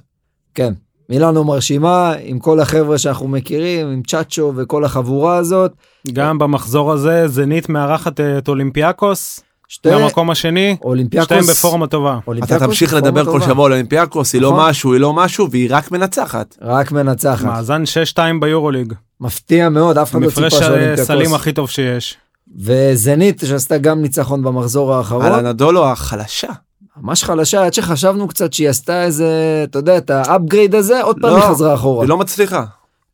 כן, מילאנו מרשימה עם כל החבר'ה שאנחנו מכירים, עם צ'אצ'ו וכל החבורה הזאת.
גם במחזור הזה זנית מארחת אה, את אולימפיאקוס.
שתי
במקום השני. שתיים
אולימפיאקוס,
בפורמה טובה.
אתה
אולימפיאקוס,
תמשיך
פורמה
לדבר כל
טובה.
שבוע על אולימפיאקוס, היא לא
נכון.
משהו, היא לא משהו, והיא רק מנצחת.
רק מנצחת,
מאזן 6-2 ביורוליג.
מפתיע מאוד, אף אחד לא ציפה
מפרש
אה,
הסלים
שאולימפיאקוס.
הכי טוב שיש.
וזנית שעשתה גם ניצחון במחזור האחרון.
על הנדולו החלשה.
ממש חלשה עד שחשבנו קצת שהיא עשתה איזה אתה יודע את האפגרייד הזה עוד פעם
לא,
היא חזרה אחורה
היא לא מצליחה.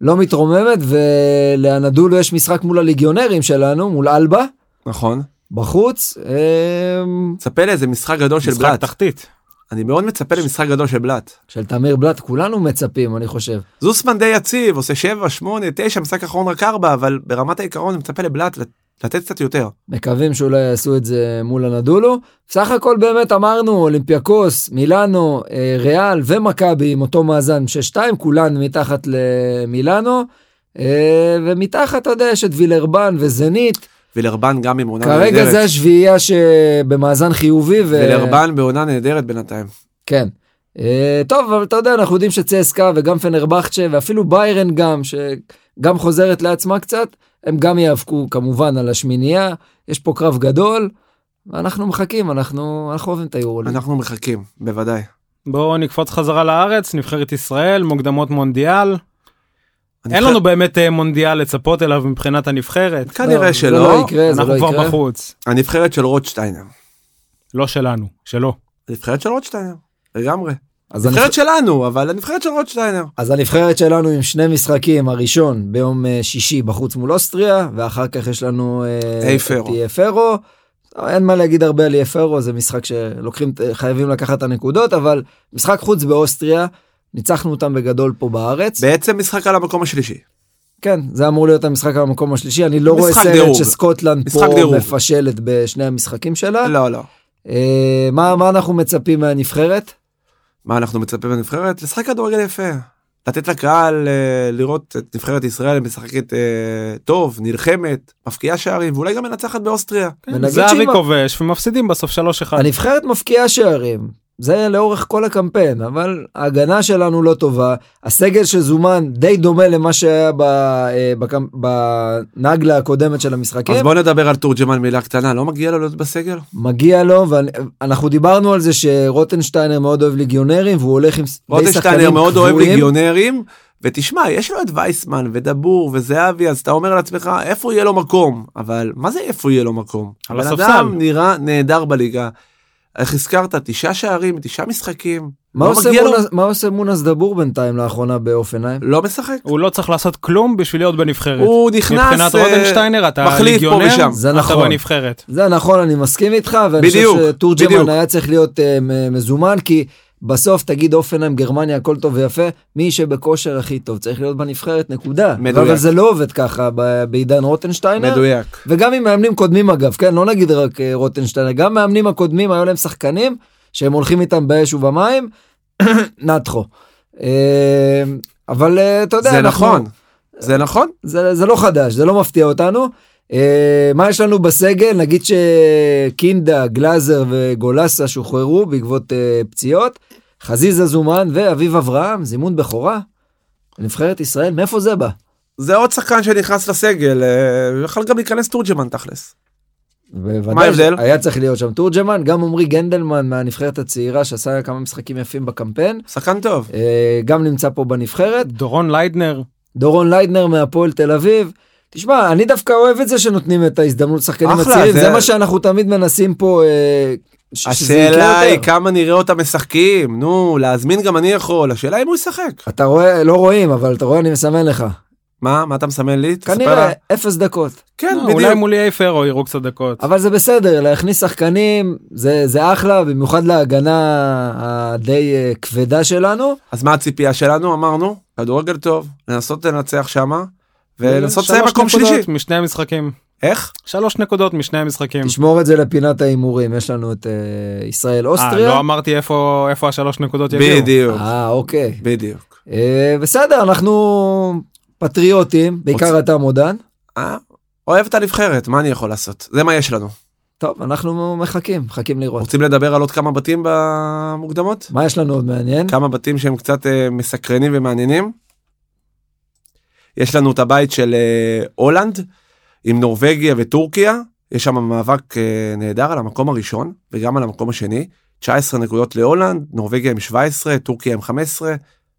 לא מתרוממת ולאנדולו יש משחק מול הליגיונרים שלנו מול אלבה
נכון.
בחוץ אמ,
מצפה לאיזה משחק גדול של
משחק
בלאט.
תחתית.
אני מאוד מצפה למשחק גדול של בלאט.
של תמיר בלאט כולנו מצפים אני חושב
זוסמן די יציב, עושה 7, 8, 9, משחק אחרון רק 4, אבל ברמת העיקרון אני מצפה לבלאט לתת קצת יותר.
מקווים שאולי יעשו את זה מול הנדולו. סך הכל באמת אמרנו אולימפיאקוס, מילאנו, אה, ריאל ומכבי עם אותו מאזן 6-2, כולן מתחת למילאנו. אה, ומתחת, אתה יודע, יש את וילרבן וזנית.
ולרבן גם עם עונה לא, נהדרת.
כרגע זה השביעייה שבמאזן חיובי. ו...
ולרבן בעונה נהדרת בינתיים.
כן. אה, טוב, אבל אתה יודע, אנחנו יודעים שצסקה וגם פנרבכצ'ה ואפילו ביירן גם, שגם חוזרת לעצמה קצת, הם גם ייאבקו כמובן על השמינייה, יש פה קרב גדול, ואנחנו מחכים, אנחנו, אנחנו אוהבים את היורוליג.
אנחנו מחכים, בוודאי.
בואו נקפוץ חזרה לארץ, נבחרת ישראל, מוקדמות מונדיאל. אין
הנבחרת-
לנו באמת אה, מונדיאל לצפות אליו מבחינת הנבחרת.
כנראה
לא,
שלא.
זה לא יקרה, זה
אנחנו
לא
כבר
יקרה.
בחוץ.
הנבחרת של רוטשטיינר.
לא שלנו, שלו.
הנבחרת של רוטשטיינר, לגמרי.
אז הנבח-
הנבחרת שלנו, אבל הנבחרת של רוטשטיינר.
אז הנבחרת שלנו עם שני משחקים, הראשון ביום אה, שישי בחוץ מול אוסטריה, ואחר כך יש לנו אה,
אי פרו.
את יפרו. אין מה להגיד הרבה על יפרו, זה משחק שלוקחים, אה, חייבים לקחת את הנקודות, אבל משחק חוץ באוסטריה, ניצחנו אותם בגדול פה בארץ.
בעצם משחק על המקום השלישי.
כן, זה אמור להיות המשחק על המקום השלישי, אני לא רואה
משחק
סרט
דירוג.
שסקוטלנד
משחק
פה
דירוג.
מפשלת בשני המשחקים שלה.
לא, לא.
אה, מה מה אנחנו מצפים מהנבחרת?
מה אנחנו מצפים מהנבחרת? לשחק כדורגל יפה. לתת לקהל אה, לראות את נבחרת ישראל משחקת אה, טוב, נלחמת, מפקיעה שערים, ואולי גם מנצחת באוסטריה.
ונגיד
כן, זהבי
שאם-
כובש ומפסידים בסוף 3-1.
נכון.
הנבחרת מפקיעה שערים, זה לאורך כל הקמפיין, אבל ההגנה שלנו לא טובה, הסגל שזומן די דומה למה שהיה ב- אה, בקמפ- בנגלה הקודמת של המשחקים.
אז בוא נדבר על תורג'מן מילה קטנה, לא מגיע לו להיות בסגל?
מגיע לו, ואנחנו דיברנו על זה שרוטנשטיינר מאוד אוהב ליגיונרים, והוא הולך עם ס- די
רוטנשטיינר
שחקנים
מאוד אוהב
קבועים.
ליגיונרים, ותשמע, יש לו את וייסמן ודבור וזהבי, אז אתה אומר לעצמך, איפה יהיה לו מקום? אבל מה זה איפה יהיה לו מקום?
על
הבן
הספסל.
אדם נראה נהדר בליגה. איך הזכרת? תשעה שערים, תשעה משחקים.
מה
לא
עושה
מגיע לו?
מונס- מה עושה מונס דבור בינתיים לאחרונה באופנהיים?
לא משחק.
הוא לא צריך לעשות כלום בשביל להיות בנבחרת.
הוא נכנס,
מבחינת
אה,
רוטנשטיינר אתה
מחליף פה
ליגיונר,
ושם.
זה
אתה
נכון.
בנבחרת.
זה נכון, אני מסכים איתך, ואני
בדיוק,
חושב
בדיוק.
שתורג'מן היה צריך להיות אה, מ- מזומן, כי בסוף תגיד אופנהיים, גרמניה, הכל טוב ויפה, מי שבכושר הכי טוב צריך להיות בנבחרת, נקודה.
מדויק.
אבל זה לא עובד ככה ב- בעידן רוטנשטיינר.
מדויק.
וגם עם מאמנים קודמים אגב, כן, לא נגיד רק אה, רוטנשטיינר, גם מאמנים הקודמים היו להם שחקנים שהם הולכים איתם באש ובמים, <coughs> נתחו. אה, אבל אה, אתה יודע,
זה
אנחנו-
נכון. זה נכון?
זה, זה לא חדש, זה לא מפתיע אותנו. אה, מה יש לנו בסגל? נגיד שקינדה, גלאזר וגולסה שוחררו בעקבות אה, פציעות. חזיזה זומן ואביב אברהם, זימון בכורה. נבחרת ישראל, מאיפה זה בא?
זה עוד שחקן שנכנס לסגל, אה, יכל גם להיכנס תורג'מן תכלס.
בוודאי
מה ההבדל?
היה צריך להיות שם תורג'מן, גם עמרי גנדלמן מהנבחרת הצעירה שעשה כמה משחקים יפים בקמפיין,
שחקן טוב.
אה, גם נמצא פה בנבחרת.
דורון ליידנר,
דורון ליידנר מהפועל תל אביב. תשמע, אני דווקא אוהב את זה שנותנים את ההזדמנות לשחקנים
אחלה,
הצעירים,
זה-
זה מה שאנחנו תמיד מנסים פה, אה, ש- שזה
השאלה
יקרה
היא
יותר.
כמה נראה אותם משחקים, נו, להזמין גם אני יכול, השאלה אם הוא ישחק.
אתה רואה, לא רואים, אבל אתה רואה, אני מסמן לך.
מה, מה אתה מסמן לי? תספר
כנראה
לה.
אפס דקות.
כן,
אה, לא, אולי
בדיוק.
מולי אייפרו יראו קצת דקות.
אבל זה בסדר, להכניס שחקנים זה, זה אחלה, במיוחד להגנה הדי אה, כבדה שלנו.
אז מה הציפייה שלנו? אמרנו, כדורגל טוב, לנסות לנצח שמה, ולנסות
שלוש
לסיים אה, מקום
נקודות
שלישי.
משני המשחקים.
איך?
שלוש נקודות משני המשחקים.
כן.
תשמור את זה לפינת ההימורים, יש לנו את אה, ישראל
אה,
אוסטריה.
לא אמרתי איפה איפה השלוש נקודות יגיעו.
בדיוק,
אה, אוקיי.
בדיוק.
אה, בסדר, אנחנו פטריוטים, בעיקר
רוצ-
אתה מודן.
אה? אוהב את הנבחרת, מה אני יכול לעשות? זה מה יש לנו.
טוב, אנחנו מחכים, מחכים לראות.
רוצים לדבר על עוד כמה בתים במוקדמות?
מה יש לנו עוד מעניין?
כמה בתים שהם קצת אה, מסקרנים ומעניינים. יש לנו את הבית של אה, הולנד עם נורבגיה וטורקיה, יש שם מאבק אה, נהדר על המקום הראשון וגם על המקום השני. 19 נקודות להולנד, נורבגיה עם 17, טורקיה עם 15,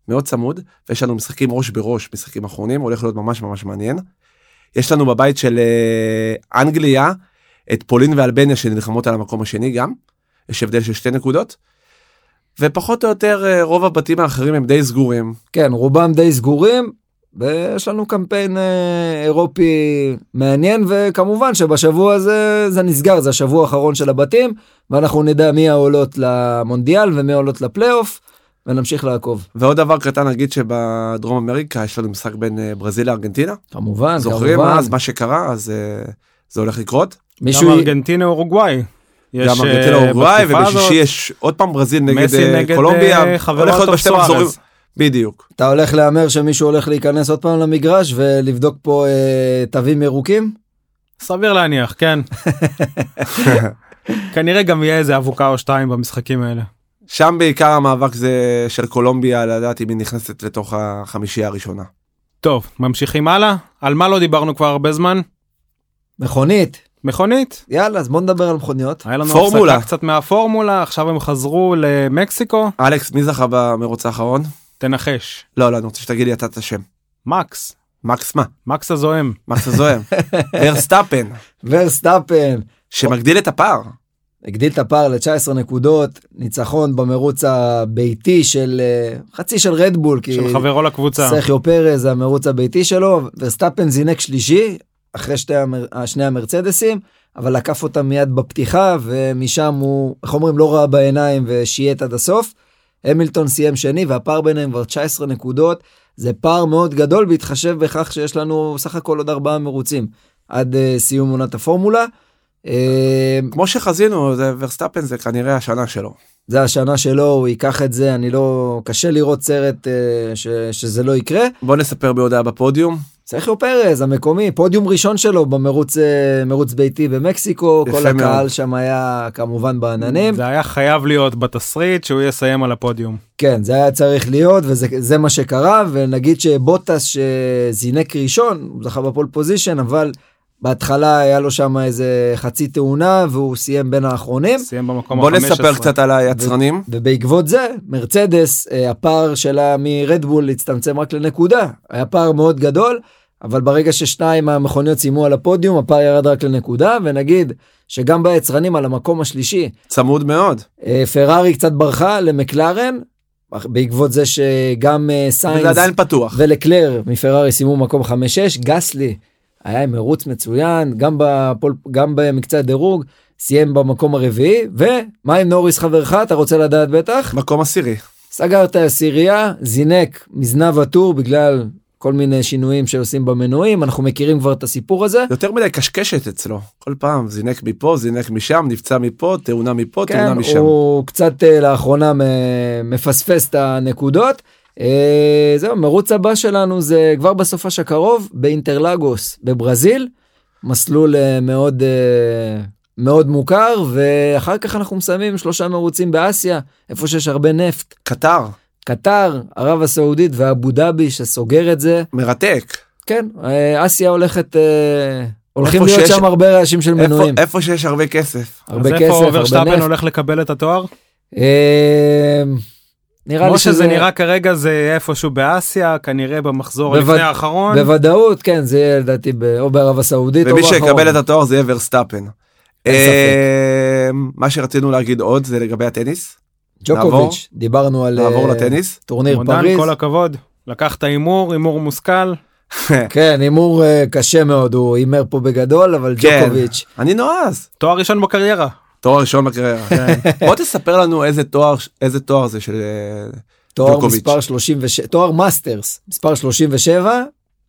מאוד צמוד, ויש לנו משחקים ראש בראש, משחקים אחרונים, הולך להיות ממש ממש מעניין. יש לנו בבית של אה, אנגליה את פולין ואלבניה שנלחמות על המקום השני גם, יש הבדל של שתי נקודות. ופחות או יותר אה, רוב הבתים האחרים הם די סגורים.
כן, רובם די סגורים, ויש לנו קמפיין אה, אירופי מעניין, וכמובן שבשבוע הזה זה נסגר, זה השבוע האחרון של הבתים, ואנחנו נדע מי העולות למונדיאל ומי העולות לפלייאוף, ונמשיך לעקוב.
ועוד דבר קטן נגיד שבדרום אמריקה יש לנו משחק בין אה, ברזיל לארגנטינה.
כמובן,
זוכרים
כמובן.
אז מה שקרה אז אה, זה הולך לקרות.
מישהו...
מישהו...
גם ארגנטינה אורוגוואי.
גם
יש,
ארגנטינה
אה,
אורוגוואי,
בתקופה הזאת.
ובשישי יש עוד פעם ברזיל נגד
מסי
אה,
נגד,
קולומביה.
אה, חברות
הולך להיות
טוב
בשתי
סוארז.
מחזורים. בדיוק.
אתה הולך להמר שמישהו הולך להיכנס עוד פעם למגרש ולבדוק פה אה, תווים ירוקים?
סביר להניח,
<laughs>
כן. כנראה גם יהיה איזה אבוקה או שתיים במשחקים האלה.
שם בעיקר המאבק זה של קולומביה לדעת אם היא נכנסת לתוך החמישייה הראשונה.
טוב, ממשיכים הלאה. על מה לא דיברנו כבר הרבה זמן?
מכונית.
מכונית.
יאללה, אז בוא נדבר על מכוניות.
היה לנו
פורמולה.
הפסקה קצת מהפורמולה, עכשיו הם חזרו למקסיקו.
אלכס מי זכה במרוץ האחרון?
תנחש.
לא לא אני רוצה שתגיד לי אתה את השם.
מקס.
מקס מה?
מקס הזוהם. <laughs>
מקס הזוהם. ורסטאפן
ורסטאפן
שמגדיל את הפער.
הגדיל את הפער ל-19 נקודות, ניצחון במרוץ הביתי של אה, חצי של רדבול, כי
של חברו לקבוצה.
סרחיו פרז זה המרוץ הביתי שלו, ורסטאפן זינק שלישי אחרי שתי המר... אה, שני המרצדסים, אבל עקף אותם מיד בפתיחה, ומשם הוא, איך אומרים, לא ראה בעיניים ושייט עד הסוף. המילטון סיים שני והפער ביניהם כבר 19 נקודות, זה פער מאוד גדול בהתחשב בכך שיש לנו סך הכל עוד ארבעה מרוצים עד אה, סיום עונת הפורמולה. אה,
כמו שחזינו זה ורסטאפן זה כנראה השנה שלו.
זה השנה שלו, הוא ייקח את זה, אני לא... קשה לראות סרט אה, ש... שזה לא יקרה.
בוא נספר מי עוד היה בפודיום.
סרחיו פרז המקומי, פודיום ראשון שלו במרוץ אה, מרוץ ביתי במקסיקו,
יפה
כל
מאוד.
הקהל שם היה כמובן בעננים.
זה היה חייב להיות בתסריט שהוא יסיים על הפודיום.
כן, זה היה צריך להיות וזה זה מה שקרה, ונגיד שבוטס שזינק ראשון, הוא זכה בפול פוזיישן, אבל בהתחלה היה לו שם איזה חצי תאונה והוא סיים בין האחרונים.
סיים במקום
בוא
ה-15.
נספר קצת על היצרנים.
ובעקבות זה מרצדס אה, הפער שלה מרדבול הצטמצם רק לנקודה היה פער מאוד גדול אבל ברגע ששניים מהמכוניות סיימו על הפודיום הפער ירד רק לנקודה ונגיד שגם ביצרנים על המקום השלישי
צמוד מאוד.
אה, פרארי קצת ברחה למקלרן אך בעקבות זה שגם אה, סיינס
זה עדיין פתוח.
ולקלר מפרארי סיימו מקום 5-6 גסלי היה עם מרוץ מצוין גם, בפול, גם במקצה הדירוג סיים במקום הרביעי ומה עם נוריס חברך אתה רוצה לדעת בטח
מקום עשירי.
סגר את העשירייה, זינק מזנב הטור בגלל כל מיני שינויים שעושים במנועים, אנחנו מכירים כבר את הסיפור הזה.
יותר מדי קשקשת אצלו. כל פעם זינק מפה, זינק משם, נפצע מפה, תאונה מפה, תאונה
כן,
משם.
הוא קצת אה, לאחרונה מ- מפספס את הנקודות. אה, זהו, מרוץ הבא שלנו זה כבר בסופש הקרוב באינטרלגוס בברזיל, מסלול אה, מאוד אה, מאוד מוכר, ואחר כך אנחנו מסיימים שלושה מרוצים באסיה, איפה שיש הרבה נפט,
קטר,
קטר, ערב הסעודית ואבו דאבי שסוגר את זה.
מרתק.
כן, אה, אסיה הולכת, אה, הולכים
איפה
להיות
שיש-
שם הרבה רעשים של
איפה-
מנויים.
איפה שיש הרבה כסף.
הרבה
אז
כסף,
איפה
הרבה
אוברשטאפן
נפט.
הולך לקבל את התואר?
אה, נראה לי
כמו שזה
שזה
נראה כרגע זה איפשהו באסיה, כנראה במחזור
בווד-
לפני האחרון.
בוודאות, כן, זה יהיה לדעתי ב- או בערב הסעודית או
נכון? ומי
באחרון.
שיקבל את התואר זה יהיה ורסטאפן.
אין
אה, מה שרצינו להגיד עוד זה לגבי הטניס. נעבור?
ג'וקוביץ', דיברנו על
נעבור
אה,
לטניס.
טורניר
מודן,
פריז.
כל הכבוד. לקחת הימור, הימור מושכל.
כן, הימור אה, קשה מאוד, הוא הימר פה בגדול, אבל
כן.
ג'וקוביץ'.
אני נועז.
תואר ראשון בקריירה.
תואר ראשון בקריירה.
<laughs>
כן. בוא תספר לנו איזה תואר איזה תואר זה של אה,
תואר
ג'וקוביץ'.
מספר 37, תואר מאסטרס, מספר 37,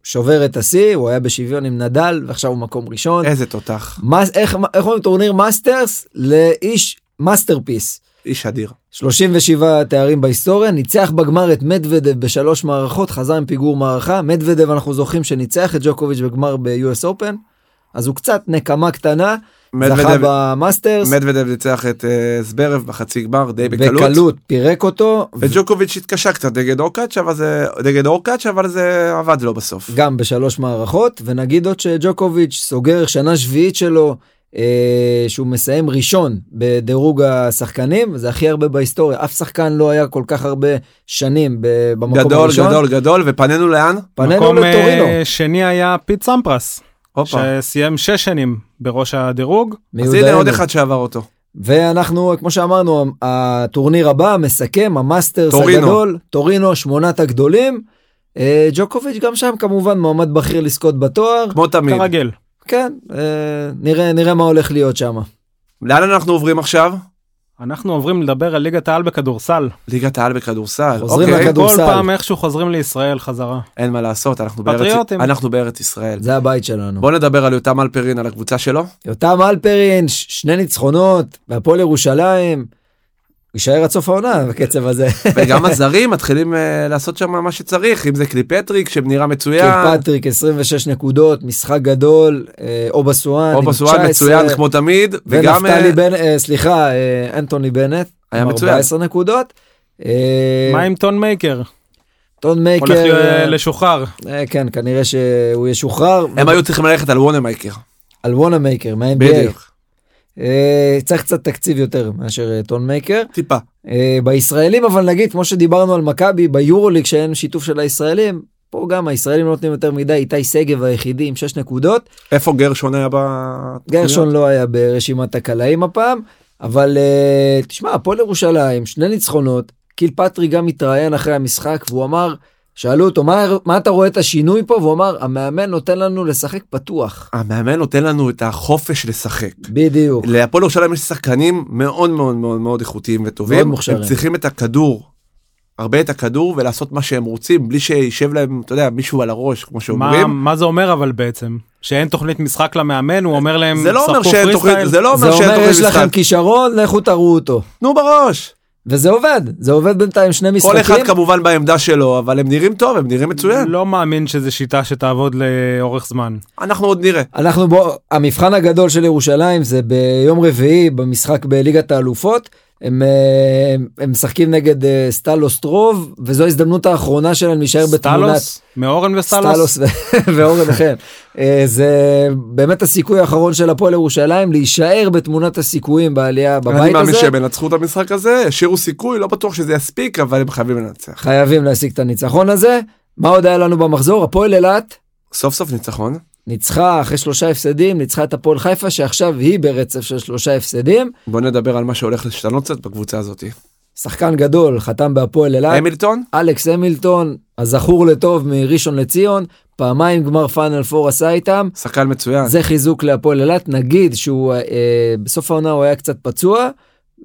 שובר את השיא, הוא היה בשוויון עם נדל, ועכשיו הוא מקום ראשון.
איזה תותח.
מה, איך, איך אומרים טורניר מאסטרס לאיש מאסטרפיס.
איש אדיר.
37 תארים בהיסטוריה, ניצח בגמר את מדוודב בשלוש מערכות, חזר עם פיגור מערכה. מדוודב אנחנו זוכרים שניצח את ג'וקוביץ' בגמר ב-US Open, אז הוא קצת נקמה קטנה, זכה
מדוודב-
במאסטרס,
מדוודב ניצח את אה, זברב בחצי גמר די בקלות.
בקלות פירק אותו,
וג'וקוביץ' התקשה קצת נגד אורקאץ' אבל זה נגד אורקאץ' אבל זה עבד לו בסוף.
גם בשלוש מערכות, ונגיד עוד שג'וקוביץ' סוגר שנה שביעית שלו, אה, שהוא מסיים ראשון בדירוג השחקנים, זה הכי הרבה בהיסטוריה, אף שחקן לא היה כל כך הרבה שנים ב- במקום
גדול
הראשון.
גדול גדול ופנינו לאן?
פנינו
מקום אה,
לטורינו,
שני היה פיט סמפרס,
הופה.
שסיים שש שנים בראש הדירוג.
אז
מיודענו.
הנה עוד אחד שעבר אותו.
ואנחנו, כמו שאמרנו, הטורניר הבא מסכם, המאסטרס
טורינו.
הגדול, טורינו, שמונת הגדולים. אה, ג'וקוביץ' גם שם כמובן מועמד בכיר לזכות בתואר.
כמו תמיד.
כרגיל.
כן, אה, נראה, נראה מה הולך להיות שם.
לאן אנחנו עוברים עכשיו?
אנחנו עוברים לדבר על ליגת העל בכדורסל.
ליגת העל בכדורסל,
חוזרים
אוקיי,
לכדור-
כל
כדורסל.
פעם איכשהו חוזרים לישראל חזרה.
אין מה לעשות, אנחנו בארץ,
פטריוטים.
אנחנו בארץ ישראל.
זה הבית שלנו.
בוא נדבר על יותם אלפרין, על הקבוצה שלו.
יותם אלפרין, ש- שני ניצחונות, והפועל ירושלים, יישאר עד סוף העונה בקצב
<laughs>
הזה.
וגם הזרים מתחילים אה, לעשות שם מה שצריך, אם זה קליפטריק שנראה מצוין,
קילפטריק 26 נקודות, משחק גדול, אה, אובה סואן,
או
עם
בסואן
19,
מצוין כמו תמיד, וגם אה,
ונפתלי בנט, אה, סליחה, אה, אנטוני בנט,
היה
עם
מצוין.
14 נקודות. אה,
מה עם טון מייקר?
טון
הולך
מייקר,
להיות- לשוחרר.
אה, כן, כנראה שהוא ישוחרר.
הם היו צריכים ללכת על וונמייקר.
על וונה מייקר, מה-NBA.
בדיוק.
אה, צריך קצת תקציב יותר מאשר אה, טון מייקר.
טיפה.
אה, בישראלים אבל נגיד כמו שדיברנו על מכבי ביורוליג שאין שיתוף של הישראלים פה גם הישראלים לא נותנים יותר מדי איתי שגב היחידי עם 6 נקודות
איפה גרשון היה בתוכניות?
גרשון לא היה ברשימת הקלעים הפעם אבל אה, תשמע הפועל ירושלים שני ניצחונות קיל פטרי גם התראיין אחרי המשחק והוא אמר שאלו אותו מה, מה אתה רואה את השינוי פה והוא אמר המאמן נותן לנו לשחק פתוח
המאמן נותן לנו את החופש לשחק.
בדיוק
להפועל ירושלים יש שחקנים מאוד מאוד מאוד מאוד איכותיים
מאוד
וטובים.
מוכשרים.
הם צריכים את הכדור, הרבה את הכדור, ולעשות מה שהם רוצים, בלי שישב להם, אתה יודע, מישהו על הראש, כמו
מה,
שאומרים.
מה זה אומר אבל בעצם? שאין תוכנית משחק למאמן? הוא אומר להם,
זה לא אומר
"שחקו
שאין
freestyle"?
תוכנית, זה לא
זה
אומר שאין
אומר
תוכנית
יש לכם
משחק.
כישרון לכו תראו אותו
תנו בראש.
וזה עובד זה עובד בינתיים שני משחקים.
כל אחד כמובן בעמדה שלו, אבל הם נראים טוב, הם נראים מצוין.
לא מאמין שזו שיטה שתעבוד לאורך זמן.
אנחנו עוד נראה.
אנחנו בו, המבחן הגדול של ירושלים זה ביום רביעי במשחק בליגת האלופות. הם, אה, הם, הם משחקים נגד אה, סטלוס טרוב, וזו ההזדמנות האחרונה שלהם להישאר בתמונת
סטלוס? מאורן וסטלוס?
ו- <laughs> ואורן חן. אה, זה באמת הסיכוי האחרון של הפועל ירושלים להישאר בתמונת הסיכויים בעלייה
אני
בבית
מאמין
הזה.
שהם ינצחו את המשחק הזה, ישאירו סיכוי, לא בטוח שזה יספיק, אבל הם חייבים לנצח.
חייבים להשיג את הניצחון הזה. מה עוד היה לנו במחזור? הפועל אילת
סוף סוף ניצחון.
ניצחה אחרי שלושה הפסדים, ניצחה את הפועל חיפה שעכשיו היא ברצף של שלושה הפסדים.
בוא נדבר על מה שהולך להשתנות קצת בקבוצה הזאת.
אה. שחקן גדול, חתם בהפועל אילת.
המילטון?
אלכס המילטון, הזכור לטוב מראשון לציון, פעמיים גמר פאנל פור עשה איתם.
שחקן מצוין.
זה חיזוק להפועל אילת, נגיד שהוא אה, בסוף העונה הוא היה קצת פצוע,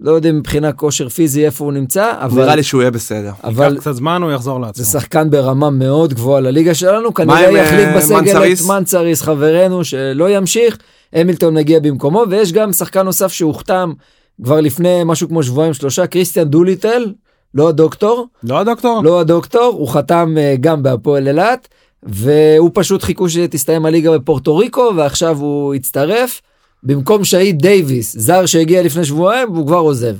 לא יודע מבחינה כושר פיזי איפה הוא נמצא, אבל,
נראה לי שהוא יהיה בסדר.
אבל...
אבל
קצת זמן, הוא יחזור לעצמו.
זה שחקן ברמה מאוד גבוהה לליגה שלנו, כנראה
עם, אה,
יחליף בסגל את
מנצריס?
מנצריס חברנו שלא ימשיך, המילטון מגיע במקומו, ויש גם שחקן נוסף שהוכתם כבר לפני משהו כמו שבועיים שלושה, קריסטיאן דוליטל, לא הדוקטור.
לא הדוקטור?
לא הדוקטור, הוא חתם אה, גם בהפועל אילת, והוא פשוט חיכו שתסתיים הליגה בפורטו ריקו, ועכשיו הוא הצטרף. במקום שהיד דייוויס, זר שהגיע לפני שבועיים, והוא כבר עוזב.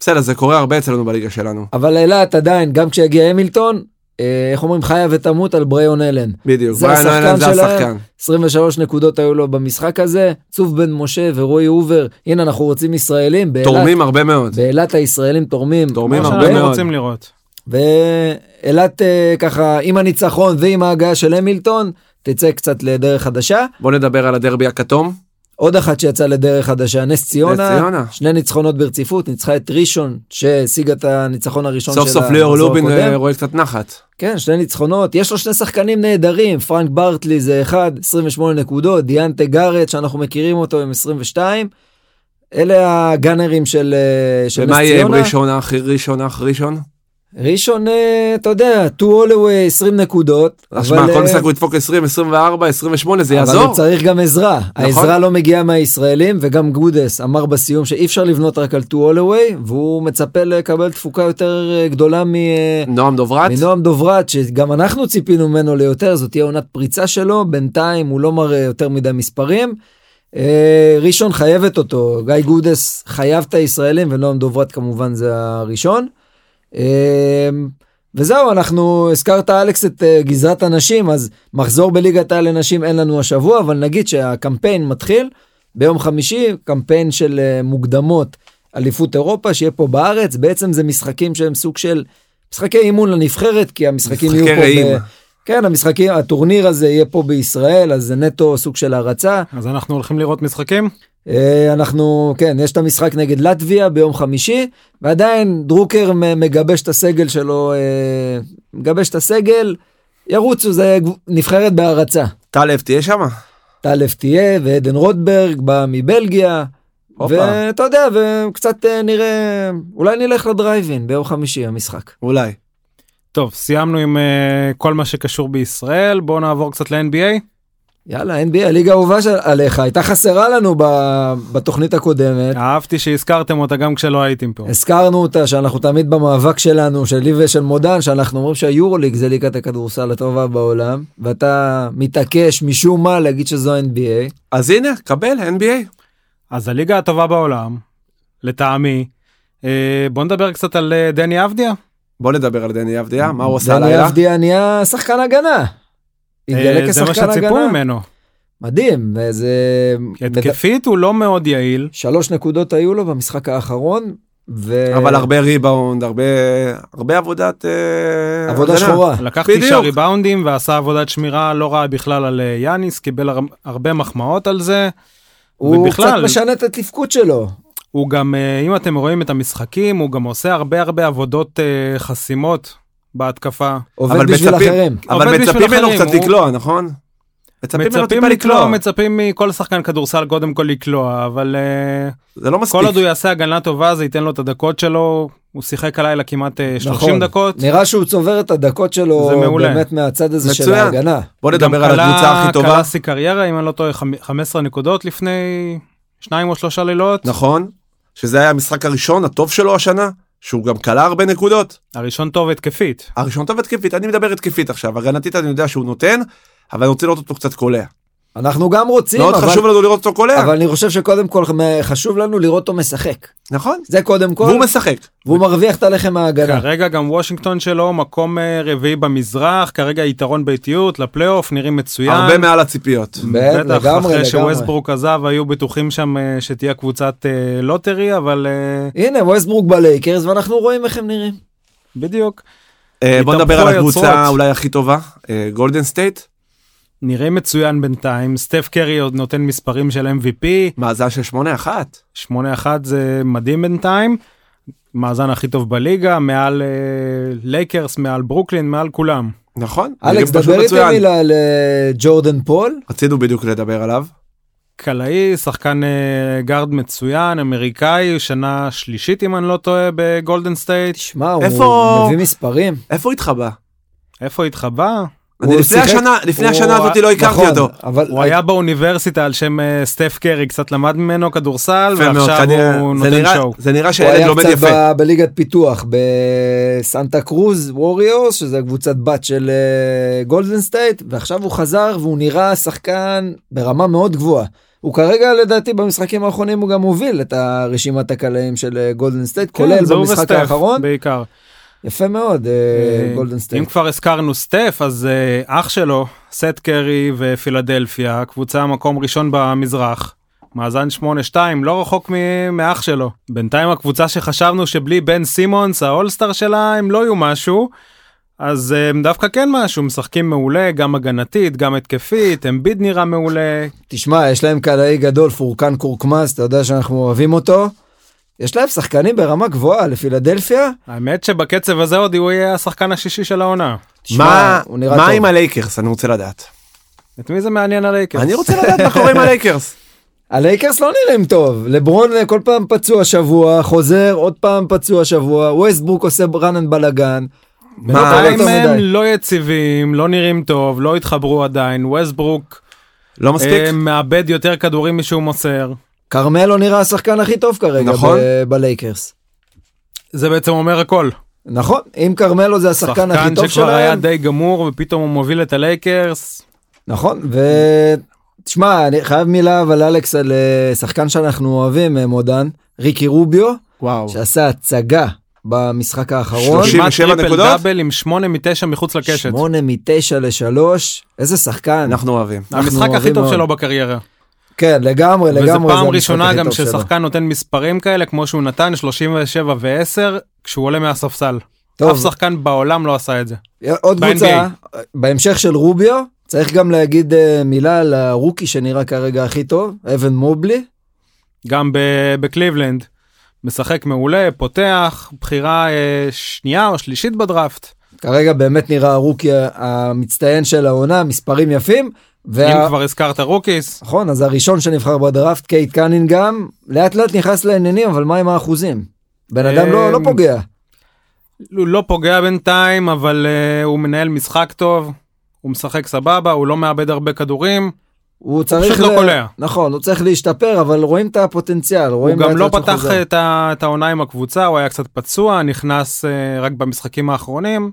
בסדר, זה קורה הרבה אצלנו בליגה שלנו.
אבל אילת עדיין, גם כשיגיע המילטון, אה, איך אומרים, חיה ותמות על בריון אלן.
בדיוק.
זה
בריאן
השחקן
אוהלן זה
שלהם.
השחקן.
23 נקודות היו לו במשחק הזה, צוף בן משה ורועי אובר, הנה אנחנו רוצים ישראלים, באילת,
תורמים
אה,
הרבה מאוד.
באילת הישראלים תורמים.
תורמים
מה
הרבה
שאנחנו
מאוד.
רוצים לראות.
ואילת אה, ככה עם הניצחון ועם ההגעה של המילטון תצא קצת לדרך חדשה.
בוא נדבר על הדרבי הכתום.
עוד אחת שיצאה לדרך חדשה נס
נס
ציונה
ציונה.
שני ניצחונות ברציפות ניצחה את ראשון שהשיגה את הניצחון הראשון
סוף
של
סוף ליאור
המחזור
לובין
הקודם.
אה, רואה קצת נחת.
כן שני ניצחונות יש לו שני שחקנים נהדרים פרנק ברטלי זה אחד 28 נקודות דיאנטה גארט שאנחנו מכירים אותו עם 22. אלה הגאנרים של, אה, של נס ציונה.
ומה יהיה עם ראשון אח ראשון אח ראשון?
ראשון אה, אתה יודע, טו הולווי 20 נקודות.
תשמע,
אבל,
כל
אה,
משחק הוא ידפוק 20, 24, 28, זה
אבל הוא
יעזור.
צריך גם עזרה. העזרה לא מגיעה מהישראלים, וגם גודס אמר בסיום שאי אפשר לבנות רק על טו הולווי, והוא מצפה לקבל תפוקה יותר אה, גדולה מ... אה,
נועם דוברת?
מנועם דוברת, שגם אנחנו ציפינו ממנו ליותר, זאת תהיה עונת פריצה שלו, בינתיים הוא לא מראה יותר מדי מספרים. אה, ראשון חייבת אותו, גיא גודס חייב את הישראלים, ונועם דוברת כמובן זה הראשון. אה, וזהו, אנחנו, הזכרת אלכס את אה, גזרת הנשים, אז מחזור בליגת העל לנשים אין לנו השבוע, אבל נגיד שהקמפיין מתחיל ביום חמישי, קמפיין של אה, מוקדמות אליפות אירופה, שיהיה פה בארץ, בעצם זה משחקים שהם סוג של משחקי אימון לנבחרת, כי המשחקים יהיו
משחקי
פה...
רעים.
ב... כן, המשחקים, הטורניר הזה יהיה פה בישראל, אז זה נטו סוג של הרצה.
אז אנחנו הולכים לראות משחקים?
אה, אנחנו כן יש את המשחק נגד לטביה ביום חמישי ועדיין דרוקר מ- מגבש את הסגל שלו אה, מגבש את הסגל ירוצו זה גב- נבחרת בהערצה.
טלב תהיה שם?
טלף תהיה ועדן רוטברג בא מבלגיה
הופה.
ואתה יודע, וקצת אה, נראה, אולי נלך לדרייבין ביום חמישי המשחק.
אולי.
טוב, סיימנו עם אה, כל מה שקשור בישראל, בואו נעבור קצת ל-NBA.
יאללה, NBA, הליגה האהובה של- עליך, הייתה חסרה לנו ב- בתוכנית הקודמת.
אהבתי שהזכרתם אותה גם כשלא הייתם
נכון.
פה.
הזכרנו אותה שאנחנו תמיד במאבק שלנו, שלי ושל מודן, שאנחנו אומרים שהיורוליג זה ליגת הכדורסל הטובה בעולם, ואתה מתעקש משום מה להגיד שזו NBA.
אז הנה, קבל, NBA.
אז הליגה הטובה בעולם, לטעמי. אה, בוא נדבר קצת על אה, דני אבדיה.
בוא נדבר על דני אבדיה, מה הוא עשה
דני
הלילה?
אבדיה נהיה שחקן הגנה.
אה,
התגלה
זה מה
כשחקן
שציפו
הגנה.
ממנו.
מדהים, זה...
כן,
התקפית הוא לא מאוד יעיל.
שלוש נקודות היו לו במשחק האחרון, ו...
אבל הרבה ריבאונד, הרבה הרבה עבודת... אה,
עבודה
הגנה.
שחורה.
לקח
בדיוק.
תשעה ריבאונדים ועשה עבודת שמירה לא רעה בכלל על אה, יאניס, קיבל הר- הרבה מחמאות על זה.
הוא
ובכלל-
קצת משנה את התפקוד שלו.
הוא גם, אה, אם אתם רואים את המשחקים, הוא גם עושה הרבה הרבה עבודות אה, חסימות בהתקפה.
עובד
אבל
בשביל
מצפים-
אחרים.
עובד
אבל מצפים
בשביל
ממנו
אחרים,
קצת
הוא-
לקלוע, נכון? מצפים ממנו
מצפים
טיפה לקלוע.
לקלוע, מצפים מכל שחקן כדורסל קודם כל לקלוע, אבל אה,
זה לא מספיק.
כל עוד הוא יעשה הגנה טובה זה ייתן לו את הדקות שלו. הוא שיחק הלילה כמעט אה, 30
נכון.
דקות.
נראה שהוא צובר את הדקות שלו
זה מעולה.
באמת מהצד הזה של
מצוין.
ההגנה.
בוא
גם
נדבר על
כלה-
הקבוצה הכי טובה.
קלאסי קריירה, אם אני לא טועה, חמ- 15 נקודות לפני שניים או שלושה לילות.
נכון, שזה היה המשחק הראשון הטוב שלו השנה, שהוא גם כלה הרבה נקודות.
הראשון טוב התקפית.
הראשון טוב התקפית, אני מדבר התקפית עכשיו, הגנתית אני יודע שהוא נותן, אבל אני רוצה לראות אותו קצת קולע.
אנחנו גם רוצים,
מאוד
אבל-
חשוב לנו לראות אותו קולע,
אבל אני חושב שקודם כל מ- חשוב לנו לראות אותו משחק.
נכון?
זה קודם כל,
והוא משחק.
והוא מרוויח את הלחם
כן.
מההגנה.
כרגע גם וושינגטון שלו מקום אה, רביעי במזרח, כרגע יתרון ביתיות לפלייאוף, נראים מצוין.
הרבה מעל הציפיות.
בטח,
בטח,
לגמרי,
אחרי
לגמרי.
שווסטברוק עזב היו בטוחים שם אה, שתהיה קבוצת אה, לוטרי, אבל אה,
הנה ווסטברוק בלייקרס ואנחנו רואים איך הם נראים.
בדיוק.
אה, בוא נדבר על
היוצרות.
הקבוצה אולי הכי טובה, אה, גולדן סטייט,
נראים מצוין בינתיים, סטף קרי עוד נותן מספרים של MVP,
מאזן של 8-1.
8-1 זה מדהים בינתיים, מאזן הכי טוב בליגה, מעל אה, לייקרס, מעל ברוקלין, מעל כולם.
נכון? נראים
אלכס,
פשוט
דבר איתי
מצוין.
מילה על אה, ג'ורדן פול.
רצינו בדיוק לדבר עליו.
קלעי, שחקן אה, גארד מצוין, אמריקאי, שנה שלישית אם אני לא טועה בגולדן סטייט.
תשמע, הוא
איפה-
מביא מספרים.
איפה הוא התחבא?
איפה התחבא?
אני
הוא
לפני
שיחק-
השנה, לפני
הוא-
השנה הזאת לא הכרתי
נכון,
אותו.
אבל
הוא היה באוניברסיטה על שם אה, סטף קרי, קצת למד ממנו כדורסל,
יפה מאוד,
ועכשיו
כנראה-
הוא
זה
נותן
נראה-
שואו.
זה נראה
הוא
שהילד לא
היה
לומד
קצת
יפה.
ב- בליגת פיתוח בסנטה קרוז ווריורס שזה קבוצת בת של אה, גולדן סטייט ועכשיו הוא חזר והוא נראה שחקן ברמה מאוד גבוהה. הוא כרגע לדעתי במשחקים האחרונים הוא גם הוביל את הרשימת הקלעים של אה, גולדן סטייט
כן,
כולל
זה הוא
במשחק
וסטף
האחרון
בעיקר.
יפה מאוד
אה,
גולדן
אם
סטייט.
כבר הזכרנו סטף, אז אה, אח שלו, סט קרי ופילדלפיה, קבוצה מקום ראשון במזרח. מאזן 8-2, לא רחוק מ- מאח שלו. בינתיים הקבוצה שחשבנו שבלי בן סימונס, האולסטאר שלה, הם לא יהיו משהו, אז אה, הם דווקא כן משהו, משחקים מעולה, גם הגנתית, גם התקפית, אמביד נראה מעולה,
תשמע יש להם קלעי גדול פורקן קורקמאס אתה יודע שאנחנו אוהבים אותו. יש להם שחקנים ברמה גבוהה לפילדלפיה.
האמת שבקצב הזה עוד הוא יהיה השחקן השישי של העונה.
תשמע,
מה
הוא נראה
מה
טוב.
עם הלייקרס? אני רוצה לדעת.
את מי זה מעניין
כן.
הלייקרס?
אני רוצה לדעת מה קורה עם הלייקרס.
הלייקרס לא נראים טוב, לברון אה, כל פעם פצוע שבוע, חוזר עוד פעם פצוע שבוע, ווסטברוק עושה רנן בלאגן.
בינתיים
יותר
הם
מדי.
לא יציבים, לא נראים טוב, לא התחברו עדיין, ווסטברוק
לא מספיק?
אה, מאבד יותר כדורים משהוא מוסר.
כרמלו נראה השחקן הכי טוב כרגע
נכון.
ב- בלייקרס.
זה בעצם אומר הכל.
נכון, אם כרמלו זה השחקן הכי טוב
שכבר היה
שלהם,
די גמור ופתאום הוא מוביל את הלייקרס.
נכון, ו- תשמע, אני חייב מילה אבל אלכס על אה, שחקן שאנחנו אוהבים, אה, מודן, ריקי רוביו,
וואו.
שעשה הצגה במשחק האחרון.
37
כמעט טריפל
נקודות?
דאבל עם 8 מ-9 מחוץ לקשת.
8 מ-9 ל-3, איזה שחקן.
אנחנו אוהבים.
אנחנו
המשחק הכי
אוהבים
טוב
מאוד.
שלו בקריירה.
כן, לגמרי, לגמרי.
וזו
זה
פעם
המשחק
ראשונה
הכי
גם
טוב שלו.
ששחקן נותן מספרים כאלה כמו שהוא נתן 37 ו-10 כשהוא עולה מהספסל.
טוב.
אף שחקן בעולם לא עשה את זה.
עוד
ב-NBA.
קבוצה, בהמשך של רוביו, צריך גם להגיד אה, מילה על הרוקי שנראה כרגע הכי טוב, אבן מובלי.
גם ב- בקליבלנד. משחק מעולה, פותח, בחירה אה, שנייה או שלישית בדראפט.
כרגע באמת נראה הרוקי המצטיין של העונה, מספרים יפים,
אם כבר הזכרת רוקיס,
נכון, אז הראשון שנבחר בדראפט, קייט קנינגהם, לאט לאט נכנס לעניינים, אבל מה עם האחוזים? בן אדם לא, לא
אמ,
פוגע.
הוא לא פוגע בינתיים, אבל אה, הוא מנהל משחק טוב, הוא משחק סבבה, הוא לא מאבד הרבה כדורים,
הוא צריך...
פשוט לא קולע.
נכון, הוא צריך להשתפר, אבל רואים את הפוטנציאל, רואים...
הוא גם
לאט
לא
לאט
פתח
חוזר.
את ה- את העונה עם הקבוצה, הוא היה קצת פצוע, נכנס אה, רק במשחקים האחרונים,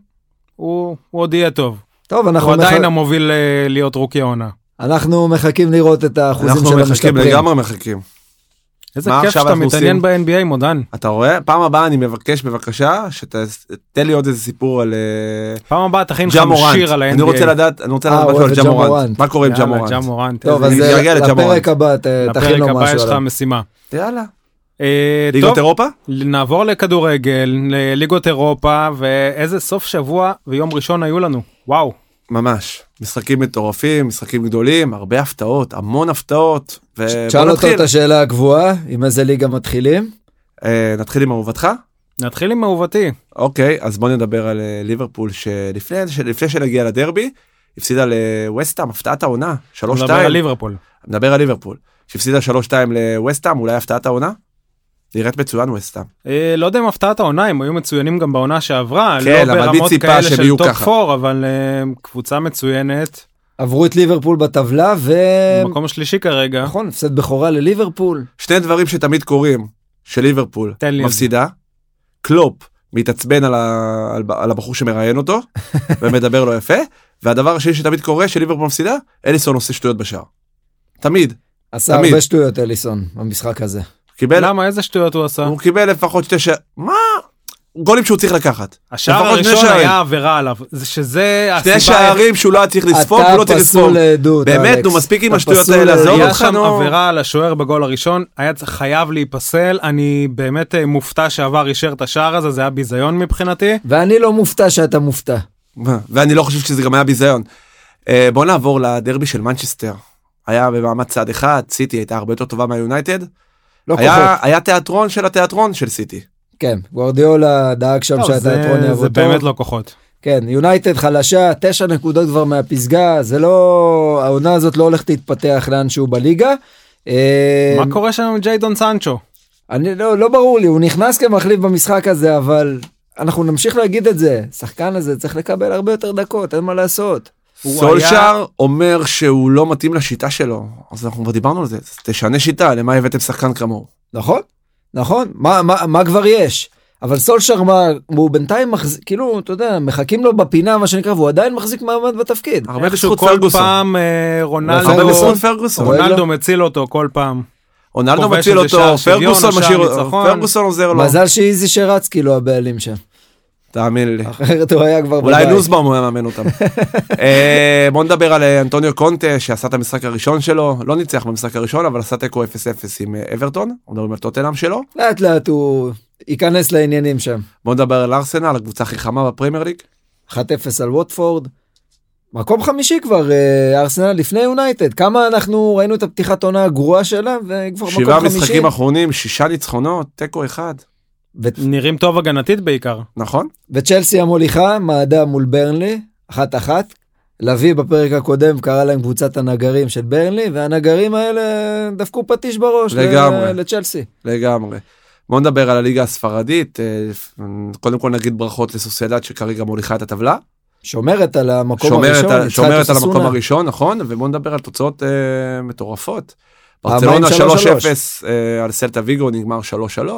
הוא הוא עוד יהיה טוב.
טוב,
הוא
אנחנו, מח...
עדיין המוביל אה, להיות רוקי העונה.
אנחנו מחכים לראות את האחוזים
אנחנו
של
מחכים,
המשתפרים.
לגמרי מחכים.
איזה
מה
כיף
עכשיו
שאתה
אנחנו
מתעניין
עושים?
ב-NBA, מודן.
אתה רואה? פעם הבאה אני מבקש בבקשה שתתן לי עוד איזה סיפור על אה,
פעם הבאה תכין לך
ג'ה מורנט.
שיר על ה-NBA.
אני רוצה לדעת, אני רוצה
אה,
לדעת משהו
אוהב
על
את
ג'ה
ג'ה
מורנט.
מורנט.
מה קורה עם ג'ה מורנט?
מורנט.
טוב, אז
איזה-
אני
אה,
מתגעגע לג'ה
לפרק
מורנט.
הבא, ת- תכין
לפרק
לו
הבא יש
משהו
לך
עליו.
משימה.
יאללה.
אה, טוב,
ליגות אירופה?
נעבור לכדורגל, לליגות אירופה, ואיזה סוף שבוע ויום ראשון היו לנו. וואו.
ממש. משחקים מטורפים, משחקים גדולים, הרבה הפתעות, המון הפתעות. ובוא
אה,
שאל אותו
נתחיל.
את השאלה הקבועה, עם איזה ליגה מתחילים?
אה, נתחיל עם אהובתך?
נתחיל עם אהובתי.
אוקיי, אז בוא נדבר על אה, ליברפול שלפני שלפני שנגיע לדרבי, הפסידה לווסטהאם, הפתעת העונה, 3-2.
נדבר על ליברפול.
מדבר על ליברפול, שהפסידה 3-2 לווסטהאם, אולי הפתעת העונה? נראית מצוין ווסטהאם.
אה, לא יודע אם הפתעת העונה, הם היו מצוינים גם בעונה שעברה.
כן,
לא
אבל מי
ברמות
ציפה
כאלה
שהם
של
יהיו
טופ
ככה?
4, אבל אה, קבוצה מצוינת.
עברו את ליברפול בטבלה, ו...
מקום שלישי כרגע.
אה, נכון, הפסד בכורה לליברפול.
שני דברים שתמיד קורים, שליברפול
תן לי את
מפסידה, קלופ מתעצבן על, ה... על... ב- על הבחור שמראיין
<laughs>
אותו, ומדבר לו יפה, והדבר השני שתמיד קורה, שליברפול מפסידה, אליסון עושה שטויות בשער. תמיד.
עשה
תמיד.
הרבה שטויות אליסון במשחק הזה.
קיבל,
למה? איזה שטויות הוא עשה?
הוא קיבל לפחות שתי שערים, מה? גולים שהוא צריך לקחת.
השער
לפחות שני
הראשון
שערים.
היה עבירה עליו. זה- שזה
שני
הסיבה
שערים שהוא לא היה צריך לספוג, הוא לא
אתה
צריך לספוג.
פסול לעדות,
באמת,
אלכס.
נו, מספיק עם
אתה
השטויות
פסול אה,
האלה, עזוב
לעדות.
היה
אותך,
שם
נו.
עבירה על השוער בגול הראשון, היה צריך- חייב להיפסל, אני באמת אה, מופתע שעבר אישר את השער הזה, זה היה ביזיון מבחינתי.
ואני לא מופתע שאתה מופתע.
מה, ואני לא חושב שזה גם היה ביזיון. אה, בוא נעבור לדרבי של מנצ'סטר. היה במעמד צד אחד, סיטי הייתה הרבה יותר טובה מהיונייטד.
לא
היה,
כוחות.
היה תיאטרון של התיאטרון של סיטי.
כן, גוורדיולה דאג שם
טוב,
שהתיאטרון
לא, זה- זה
יעבוד
באמת
טוב.
לא כוחות.
כן, יונייטד חלשה, תשע נקודות כבר מהפסגה, זה לא... העונה הזאת לא הולכת להתפתח לאנשהו בליגה. אה,
מה קורה שם עם ג'יידון סנצ'ו?
אני לא, לא ברור לי, הוא נכנס כמחליף במשחק הזה, אבל אנחנו נמשיך להגיד את זה. שחקן הזה צריך לקבל הרבה יותר דקות, אין מה לעשות.
הוא
סולשאר אומר שהוא לא מתאים לשיטה שלו, אז אנחנו כבר דיברנו על זה, אז תשנה שיטה, למה הבאתם שחקן כמוהו?
נכון, נכון, מה, מה, מה כבר יש? אבל סולשר מה, הוא בינתיים מחזיק, כאילו, אתה יודע, מחכים לו בפינה, מה שנקרא, והוא עדיין מחזיק מעמד בתפקיד.
הרבה
איכשהו
בזכות
כל
פרגוסון.
פעם אה,
הרבה
רונלדו
בזכות פרגוסון.
רואה?
רונלדו מציל אותו כל פעם.
רונלדו
כובש
מציל
איזה שער
אותו,
שוויון או
פרגוסון
שער
משאיר
ניצחון.
אותו, פרגוסון
לא,
עוזר לו.
מזל שאיזי שרצקי לא הבעלים שם,
תאמין לי.
אחרת הוא היה כבר
אולי
בבית.
נוסבאום הוא היה מאמן
<laughs>
אותם. אה, בוא נדבר על אה, אנטוניו קונטה שעשה את המשחק הראשון שלו, לא ניצח במשחק הראשון אבל עשה תיקו 0-0 עם אה, אברטון, אנחנו מדברים על טוטנאם שלו.
לאט לאט הוא ייכנס לעניינים שם.
בוא נדבר על ארסנל, הקבוצה הכי חמה בפרמייר ליג.
1-0 על ווטפורד. מקום חמישי כבר, אה, ארסנל לפני יונייטד. כמה אנחנו ראינו את הפתיחת עונה הגרועה שלה, וכבר מקום
שבעה
חמישי.
משחקים אחרונים, שישה ניצחונות, תיקו אחד,
ו-
נראים טוב הגנתית בעיקר.
נכון?
וצ'לסי המוליכה, מעדה מול ברנלי, אחת-אחת. לביא בפרק הקודם קרא להם קבוצת הנגרים של ברנלי, והנגרים האלה דפקו פטיש בראש ל-
לגמרי.
לצ'לסי.
לגמרי. בוא נדבר על הליגה הספרדית, אה, קודם כל נגיד ברכות לסוסיידד שכרגע מוליכה את הטבלה.
שומרת על המקום
שומרת,
הראשון,
על,
ניצחה את
שומרת על
אוססונה.
המקום הראשון, נכון? ובואו נדבר על תוצאות אה, מטורפות.
פעמיים
ברצלונה 3-0
3-3.
אה, על סלטה ויגו נגמר 3-3,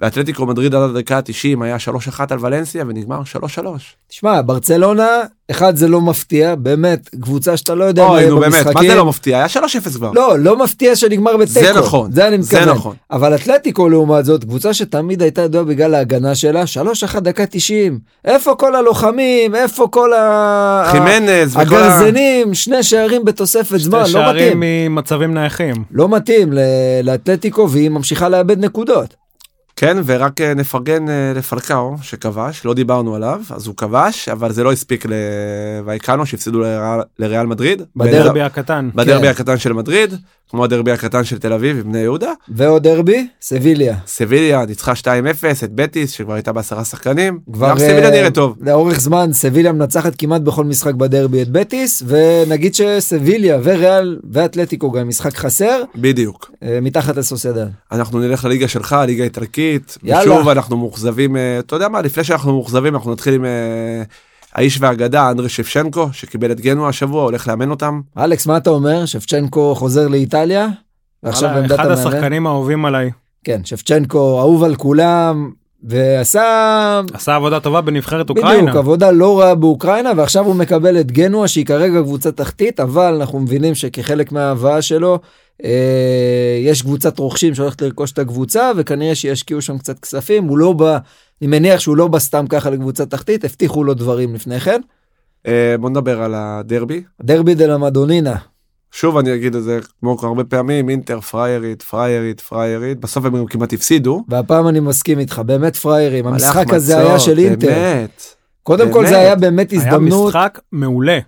ואתלטיקו מדריד עד הדקה ה-90 היה 3-1 על ולנסיה ונגמר 3-3.
תשמע, ברצלונה, אחד זה לא מפתיע, באמת, קבוצה שאתה לא יודע מה יהיה
אוי נו באמת,
במשחקים.
מה זה לא מפתיע? היה 3-0 כבר.
לא, לא מפתיע שנגמר בתיקו.
זה נכון,
זה אני
זה
מתכוון.
נכון.
אבל אתלטיקו לעומת זאת, קבוצה שתמיד הייתה ידועה בגלל ההגנה שלה, 3-1 דקה 90. איפה כל הלוחמים? איפה כל ה...
חימנז וכל ה-
הגרזנים? שני שערים בתוספת זמן,
שתי
לא
שערים
מתאים. אה,
ממצבים נייחים.
לא מתאים ל- לאתלטיקו, והיא ממשיכה לאבד נקודות.
כן, ורק אה, נפרגן אה, לפלקאו שכבש, לא דיברנו עליו, אז הוא כבש, אבל זה לא הספיק לוויקנו שהפסידו לריאל- לריאל מדריד.
בדרבי.
דרבי הקטן.
בדרבי הקטן של מדריד, כמו הדרבי הקטן של תל אביב עם בני יהודה.
ועוד דרבי? סביליה.
סביליה ניצחה 2-0 את בטיס שכבר הייתה בעשרה שחקנים.
כבר,
גם סביליה
אה,
נראית טוב.
לאורך זמן סביליה מנצחת כמעט בכל משחק בדרבי את בטיס, ונגיד שסביליה וריאל ואתלטיקו גם משחק חסר,
בדיוק.
אה, מתחת לסוסיידד.
אנחנו נלך לליגה שלך, הליגה האיטלקית.
יאללה.
ושוב אנחנו מאוכזבים, אה, אתה יודע מה, לפני שאנחנו מאוכזבים אנחנו נתחיל עם אה, האיש והאגדה, אנדרי שפשנקו, שקיבל את גנוע השבוע, הולך לאמן אותם.
אלכס, מה אתה אומר? שפצ'נקו חוזר לאיטליה? ועכשיו
וואלה,
בעמדת
אחד
המאמן?
השחקנים האהובים עליי.
כן, שפצ'נקו אהוב על כולם, ועשה
עשה עבודה טובה בנבחרת אוקראינה.
בדיוק עבודה לא רעה באוקראינה, ועכשיו הוא מקבל את גנוע שהיא כרגע קבוצה תחתית, אבל אנחנו מבינים שכחלק מההבאה שלו, אה, יש קבוצת רוכשים שהולכת לרכוש את הקבוצה, וכנראה שישקיעו שם קצת כספים, הוא לא בא, אני מניח שהוא לא בא סתם ככה לקבוצה תחתית, הבטיחו לו דברים לפני כן.
אה, בוא נדבר על הדרבי.
דרבי דה לה מדונינה,
שוב אני אגיד את זה כמו הרבה פעמים, אינטר פריירית, פריירית, פריירית, בסוף הם גם כמעט הפסידו.
והפעם אני מסכים איתך, באמת פראיירים, המשחק
הלך
הזה
מצור,
היה של אינטר.
באמת.
קודם כל זה
באמת.
היה באמת הזדמנות,
היה משחק מעולה.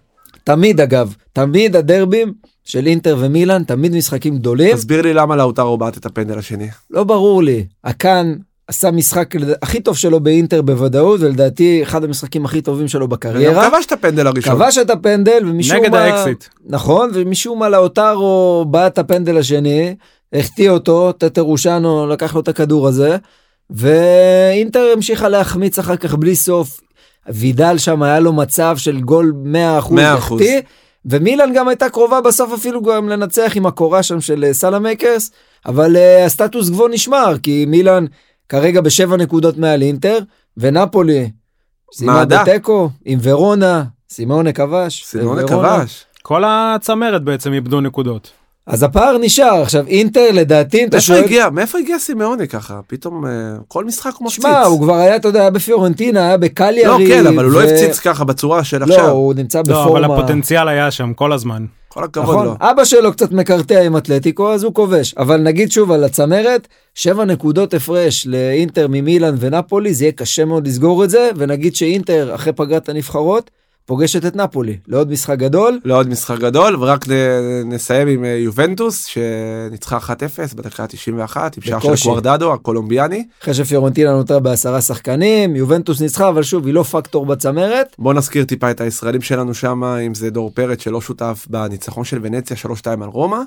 תמיד אגב, תמיד הדרבים של אינטר ומילאן, תמיד משחקים גדולים.
תסביר לי למה לאוטרו בעט את הפנדל השני.
לא ברור לי. הקאן עשה משחק לד- הכי טוב שלו באינטר בוודאות, ולדעתי אחד המשחקים הכי טובים שלו
הוא
בקריירה.
כבש את הפנדל הראשון.
כבש את הפנדל, ומשום
נגד
מה...
האקסיט.
נכון, ומשום מה לאוטרו בעט את הפנדל השני, החטיא אותו, טטרושנו לקח לו את הכדור הזה, ואינטר המשיכה להחמיץ אחר כך בלי סוף. וידל שם היה לו מצב של גול 100%
100%.
החטיא, ומילן גם הייתה קרובה בסוף אפילו גם לנצח עם הקורה שם של אה, סלאמקרס, אבל אה, הסטטוס גבוה נשמר, כי מילן כרגע בשבע נקודות מעל אינטר, ונפולי, סיימה
מעדה.
בתיקו, עם ורונה, סימונה כבש.
סימונה
ורונה.
כבש.
כל הצמרת בעצם איבדו נקודות.
אז הפער נשר עכשיו אינטר לדעתי אם אתה
מאיפה
שואל,
הגיע? מאיפה הגיע סימאוני ככה? פתאום אה, כל משחק הוא מפציץ.
שמע הוא כבר היה אתה יודע היה בפיורנטינה היה בקליארי,
לא, כן, אבל הוא לא
ו-
הפציץ ככה בצורה של
לא
עכשיו.
הוא נמצא
לא, אבל
בפורמה,
הפוטנציאל לא. היה שם כל הזמן.
כל הכבוד
נכון,
לו.
אבא שלו קצת מקרטע עם אתלטיקו אז הוא כובש, אבל נגיד שוב על הצמרת, שבע נקודות הפרש לאינטר ממילאן ונפולי זה יהיה קשה מאוד לסגור את זה, ונגיד שאינטר אחרי פגרת הנבחרות פוגשת את נפולי לעוד משחק גדול,
לא עוד משחק גדול, ורק נ- נסיים עם אה, יובנטוס שניצחה 1-0 בדקה ה-91 עם שער של
בקושי.
קוורדדו הקולומביאני.
אחרי שפיורנטינה נותרה בעשרה שחקנים, יובנטוס ניצחה אבל שוב היא לא פקטור בצמרת,
בוא נזכיר טיפה את הישראלים שלנו שם, אם זה דור פרץ שלא שותף בניצחון של ונציה 3-2 על רומא.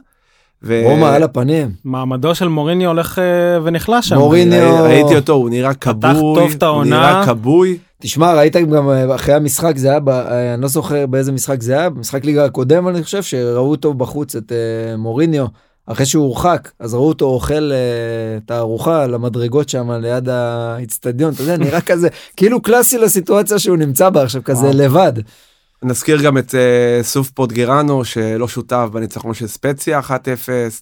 ו-
רומא על הפנים.
מעמדו של מוריני הולך אה, ונחלש שם.
מוריני-
ראי-
פיניו.
ראיתי אותו, הוא נראה כבוי,
טוב את
הוא
העונה.
נראה כבוי,
תשמע ראית גם אה, אחרי המשחק זה היה ב... אה, אני לא זוכר באיזה משחק זה היה במשחק ליגה הקודם אני חושב שראו אותו בחוץ את אה, מוריניו אחרי שהוא הורחק אז ראו אותו אוכל אה, את הארוחה על המדרגות שם ליד האיצטדיון
<laughs>
אתה יודע נראה כזה כאילו קלאסי לסיטואציה שהוא נמצא בה עכשיו כזה
וואו.
לבד
נזכיר גם את אה, סוף פוטגרנו שלא שותף בניצחון של ספציה 1-0,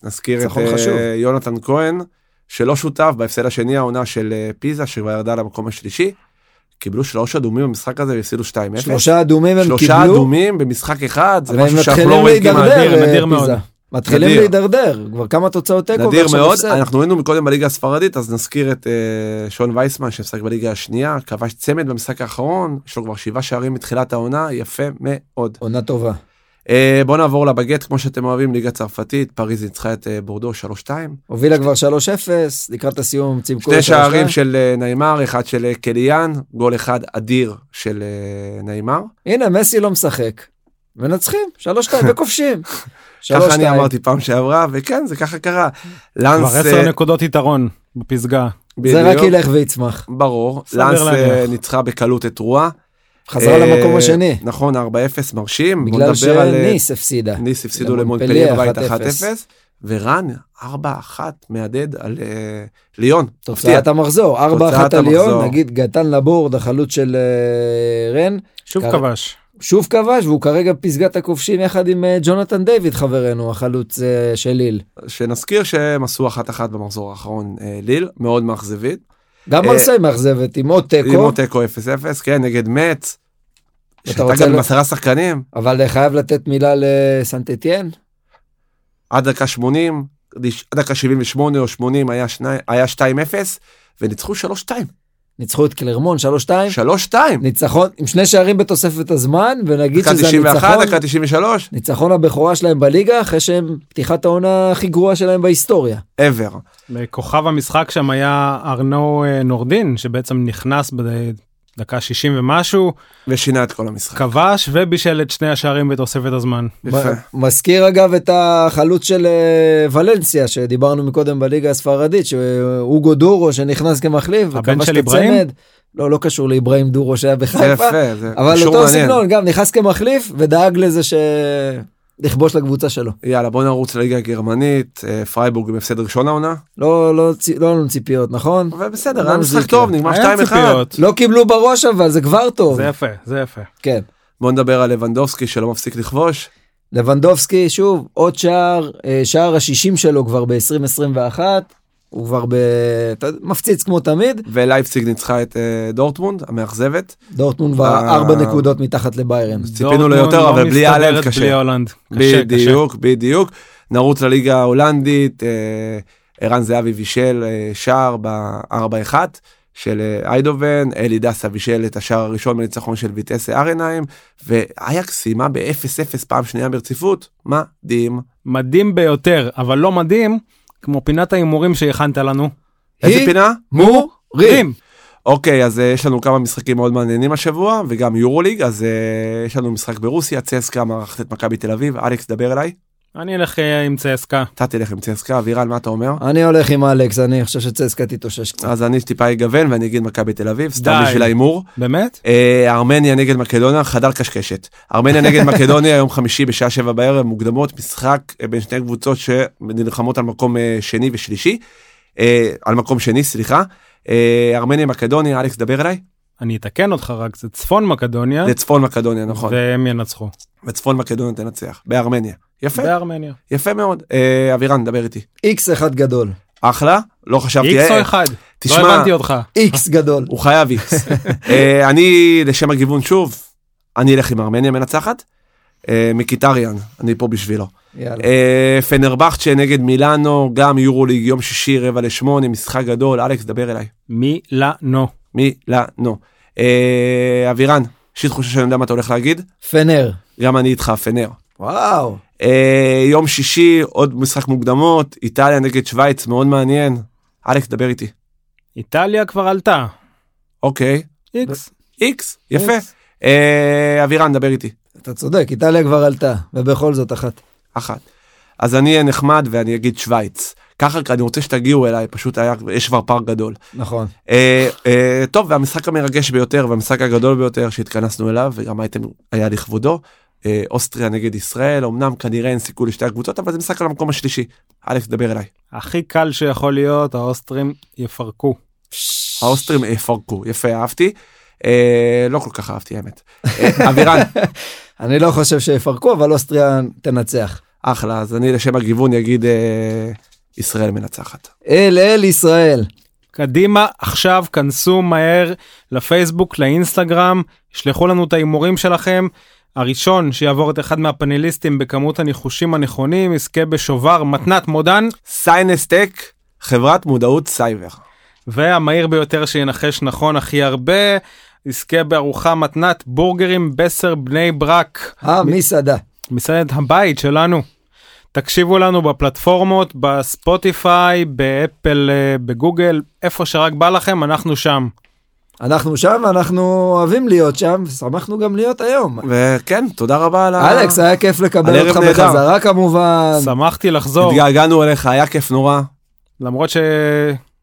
נזכיר את
ניצחון
אה,
חשוב.
יונתן כהן שלא שותף בהפסד השני העונה של אה, פיזה שכבר ירדה למקום השלישי. קיבלו שלוש אדומים במשחק הזה והפסידו 2-0.
שלושה אדומים הם
שלושה
קיבלו
אדומים במשחק אחד, זה
אבל הם
משהו שאנחנו לא
מתחילים
רואים כמעט.
נדיר,
להידרדר
נדיר
אה,
מאוד.
פיזה. מתחילים
נדיר.
להידרדר כבר כמה תוצאות תיקו
נדיר
ועכשיו
מאוד,
הפסד.
אנחנו ראינו מקודם בליגה הספרדית, אז נזכיר את אה, שון וייסמן שהפסק בליגה השנייה, כבש צמד במשחק האחרון, יש לו כבר שבעה שערים מתחילת העונה, יפה מאוד.
עונה טובה
אה, בואו נעבור לבגט, כמו שאתם אוהבים, ליגה צרפתית, פריז ניצחה את אה, בורדו 3-2.
הובילה כבר 3-0 לקראת הסיום צמקו
שני
לשלוש
שערים
שתיים.
של אה, נעימר, אחד של אה, קליאן, גול אחד אדיר של אה, נעימר.
הנה, מסי לא משחק. מנצחים, שלוש
<laughs>
שתיים, וכובשים. שלוש
ככה אני
שתיים.
אמרתי פעם שעברה, וכן, זה ככה קרה.
כבר
לאנס, אה,
עשר נקודות יתרון בפסגה.
זה רק
בדיוק,
ילך ויצמח.
ברור,
סביר
לאנס אה,
להניח.
ניצחה בקלות את רואה.
חזרה
אה,
למקום השני.
נכון, 4-0 מרשים. בוא
בגלל
נדבר על, אה,
שניס הפסידה.
ניס הפסידו
למונפליה,
למונפליה בבית 1-0,
1-0.
ורן 4-1 מהדהד על אה, ליון. מפתיע.
תוצאת המחזור, 4-1
תוצאת
עליון,
המחזור.
נגיד גתן לבורד, החלוץ של אה, רן,
שוב
כר-
כבש.
שוב כבש, והוא כרגע פסגת הכובשים יחד עם אה, ג'ונתן דיוויד, חברנו, החלוץ אה, של ליל.
שנזכיר שהם עשו 1-1 במחזור האחרון אה, ליל, מאוד מאכזבית.
גם
אה,
מרסיי מאכזבת, עם עוד
עם
תיקו,
עוד תיקו 0-0, כן, נגד מאץ.
אתה
שהייתה
רוצה
גם עם
ל-
עשרה שחקנים,
אבל אה, חייב לתת מילה לסנטטיאן.
עד דקה 80, עד דקה 78 או 80 היה שני- היה 2-0, וניצחו 3-2.
ניצחו את קלרמון 3-2,
3-2.
ניצחון עם שני שערים בתוספת הזמן, ונגיד
דקה
שזה
91,
הניצחון,
דקה 93,
ניצחון הבכורה שלהם בליגה, אחרי שהם פתיחת העונה הכי גרועה שלהם בהיסטוריה.
ever.
כוכב המשחק שם היה ארנו אה, נורדין, שבעצם נכנס בדקה 60 ומשהו,
ושינה את כל המשחק.
כבש ובישל את שני השערים בתוספת הזמן.
<laughs>
יפה.
מ- מזכיר אגב את החלוץ של אה, ולנסיה שדיברנו מקודם בליגה הספרדית שהוגו דורו שנכנס כמחליף.
הבן
וכבש
של
את
אברהים?
הצמד. לא לא קשור לאיברהים דורו שהיה
זה
בחיפה.
יפה, זה
אבל
קישור
אותו
מעניין.
סגנון גם נכנס כמחליף ודאג לזה שנכבוש לקבוצה שלו.
יאללה בוא נרוץ לליגה הגרמנית, אה, פרייבורג עם הפסד ראשון העונה,
לא לא צי- לא היה לנו ציפיות נכון?
אבל בסדר,
לא,
היה
זה
משחק
יקרה.
טוב, נגמר
היה
2-1.
ציפיות.
לא קיבלו בראש אבל זה כבר טוב.
זה יפה, זה יפה.
כן.
בוא נדבר על לבנדובסקי שלא מפסיק לכבוש,
לבנדובסקי שוב עוד שער אה, שער השישים שלו כבר ב-2021 הוא כבר ב... אתה יודע, מפציץ כמו תמיד
ולייפציג ניצחה את אה, דורטמונד, המאכזבת.
דורטמונד כבר
אה.
ארבע נקודות מתחת לביירן.
ציפינו
דורטמונד
ליותר,
לא
אבל בלי
מסתדרת
אהלן קשה.
בלי הולנד. קשה, קשה.
בדיוק, בדיוק. נרוץ לליגה ההולנדית, אה, ערן זהבי בישל אה, שער ב-4-1 של אה, איידובן, אלי דסה בישל את השער הראשון בניצחון של ויטסה ארנהיים, ואייקס סיימה ב-0-0 פעם שנייה ברציפות, מדהים.
מדהים ביותר, אבל לא מדהים, כמו פינת ההימורים שהכנת לנו.
איזה
היא-
פינה?
מורים.
מדהים.
אוקיי, אז אה, יש לנו כמה משחקים מאוד מעניינים השבוע, וגם יורוליג, אז אה, יש לנו משחק ברוסיה, צסקה מארחת את מכבי תל אביב, אלכס, דבר אליי.
אני אלך אה, עם צסקה.
אתה תלך עם צסקה, אבירן, מה אתה אומר?
אני הולך עם אלכס אני חושב שצסקה תתאושש קצת.
אז אני טיפה אגוון ואני אגיד מכבי תל אביב, סתם
די.
בשביל ההימור.
באמת?
אה, ארמניה נגד מקדוניה, חדר קשקשת. ארמניה
<laughs>
נגד מקדוניה, יום חמישי בשעה שבע בערב, מוקדמות, משחק אה, בין שתי קבוצות שנלחמות על מקום אה, שני ושלישי. אה, על מקום שני, סליחה. אה, ארמניה מקדוניה, אלכס, דבר אליי.
אני אתקן אותך רק, זה צפון מקדוניה,
זה צפון מקדוניה, נכון.
והם ינצחו.
וצפון מקדוניה תנצח, בארמניה. יפה,
בארמניה.
יפה מאוד. אה, אבירן, דבר איתי.
איקס אחד גדול.
אחלה, לא חשבתי...
איקס
אה,
או אחד?
תשמע,
לא הבנתי אותך.
איקס גדול.
הוא חייב איקס. אה, אני, לשם הגיוון שוב, אני אלך עם ארמניה מנצחת. אה, מקיטריאן, אני פה בשבילו.
יאללה.
אה, פנרבכצ'ה נגד מילאנו, גם יורוליג, יום שישי, רבע לשמונה, משחק גדול. אלכס, דבר אליי.
מילאנו.
מילאנו. אה, אבירן, יש לי תחושה שאני יודע מה אתה הולך להגיד,
פנר.
גם אני איתך, פנר.
וואו.
אה, יום שישי, עוד משחק מוקדמות, איטליה נגד שווייץ, מאוד מעניין. אלכס, דבר איתי.
איטליה כבר עלתה.
אוקיי,
איקס.
איקס, יפה.
איקס.
אה, אבירן, דבר איתי.
אתה צודק איטליה כבר עלתה ובכל זאת אחת.
אחת. אז אני אהיה נחמד ואני אגיד שווייץ. ככה אני רוצה שתגיעו אליי, פשוט היה, יש כבר פער גדול.
נכון.
אה, אה, טוב, והמשחק המרגש ביותר והמשחק הגדול ביותר שהתכנסנו אליו, וגם הייתם, היה לכבודו, אה, אוסטריה נגד ישראל, אמנם כנראה אין סיכוי לשתי הקבוצות, אבל זה משחק על המקום השלישי. אלכס, דבר אליי.
הכי קל שיכול להיות, האוסטרים יפרקו.
האוסטרים יפרקו, יפה, אהבתי. אה, לא כל כך אהבתי, האמת. אה, <laughs> אבירן,
אני לא חושב שיפרקו אבל אוסטריה תנצח.
אחלה, אז אני לשם הגיוון אגיד אה, ישראל מנצחת.
אל אל ישראל.
קדימה, עכשיו כנסו מהר לפייסבוק, לאינסטגרם, שלחו לנו את ההימורים שלכם. הראשון שיעבור את אחד מהפאנליסטים בכמות הניחושים הנכונים יזכה בשובר מתנת מודן,
סיינסטק, חברת מודעות סייבר.
והמהיר ביותר שינחש נכון הכי הרבה יזכה בארוחה מתנת בורגרים בסר בני ברק.
המסעדה.
מסעדת הבית שלנו. תקשיבו לנו בפלטפורמות, בספוטיפיי, באפל, אה, בגוגל, איפה שרק בא לכם, אנחנו שם.
אנחנו שם אנחנו אוהבים להיות שם ושמחנו גם להיות היום.
וכן, תודה רבה על ה...
אלכס היה כיף
על
לקבל
ערב
אותך
נהדר.
בחזרה כמובן.
שמחתי לחזור,
התגעגענו אליך, היה כיף נורא.
למרות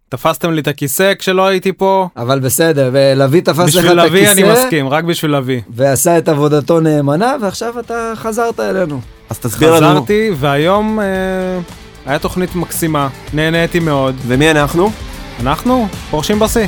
שתפסתם לי את הכיסא כשלא הייתי פה.
אבל בסדר ולביא תפס לך
בשביל
את
לביא אני
הכיסא
מסכים, רק בשביל לביא.
ועשה את עבודתו נאמנה ועכשיו אתה חזרת אלינו.
אז תסביר לנו,
חזרתי, והיום אה, היה תוכנית מקסימה, נהניתי מאוד.
ומי אנחנו?
אנחנו פורשים בשיא.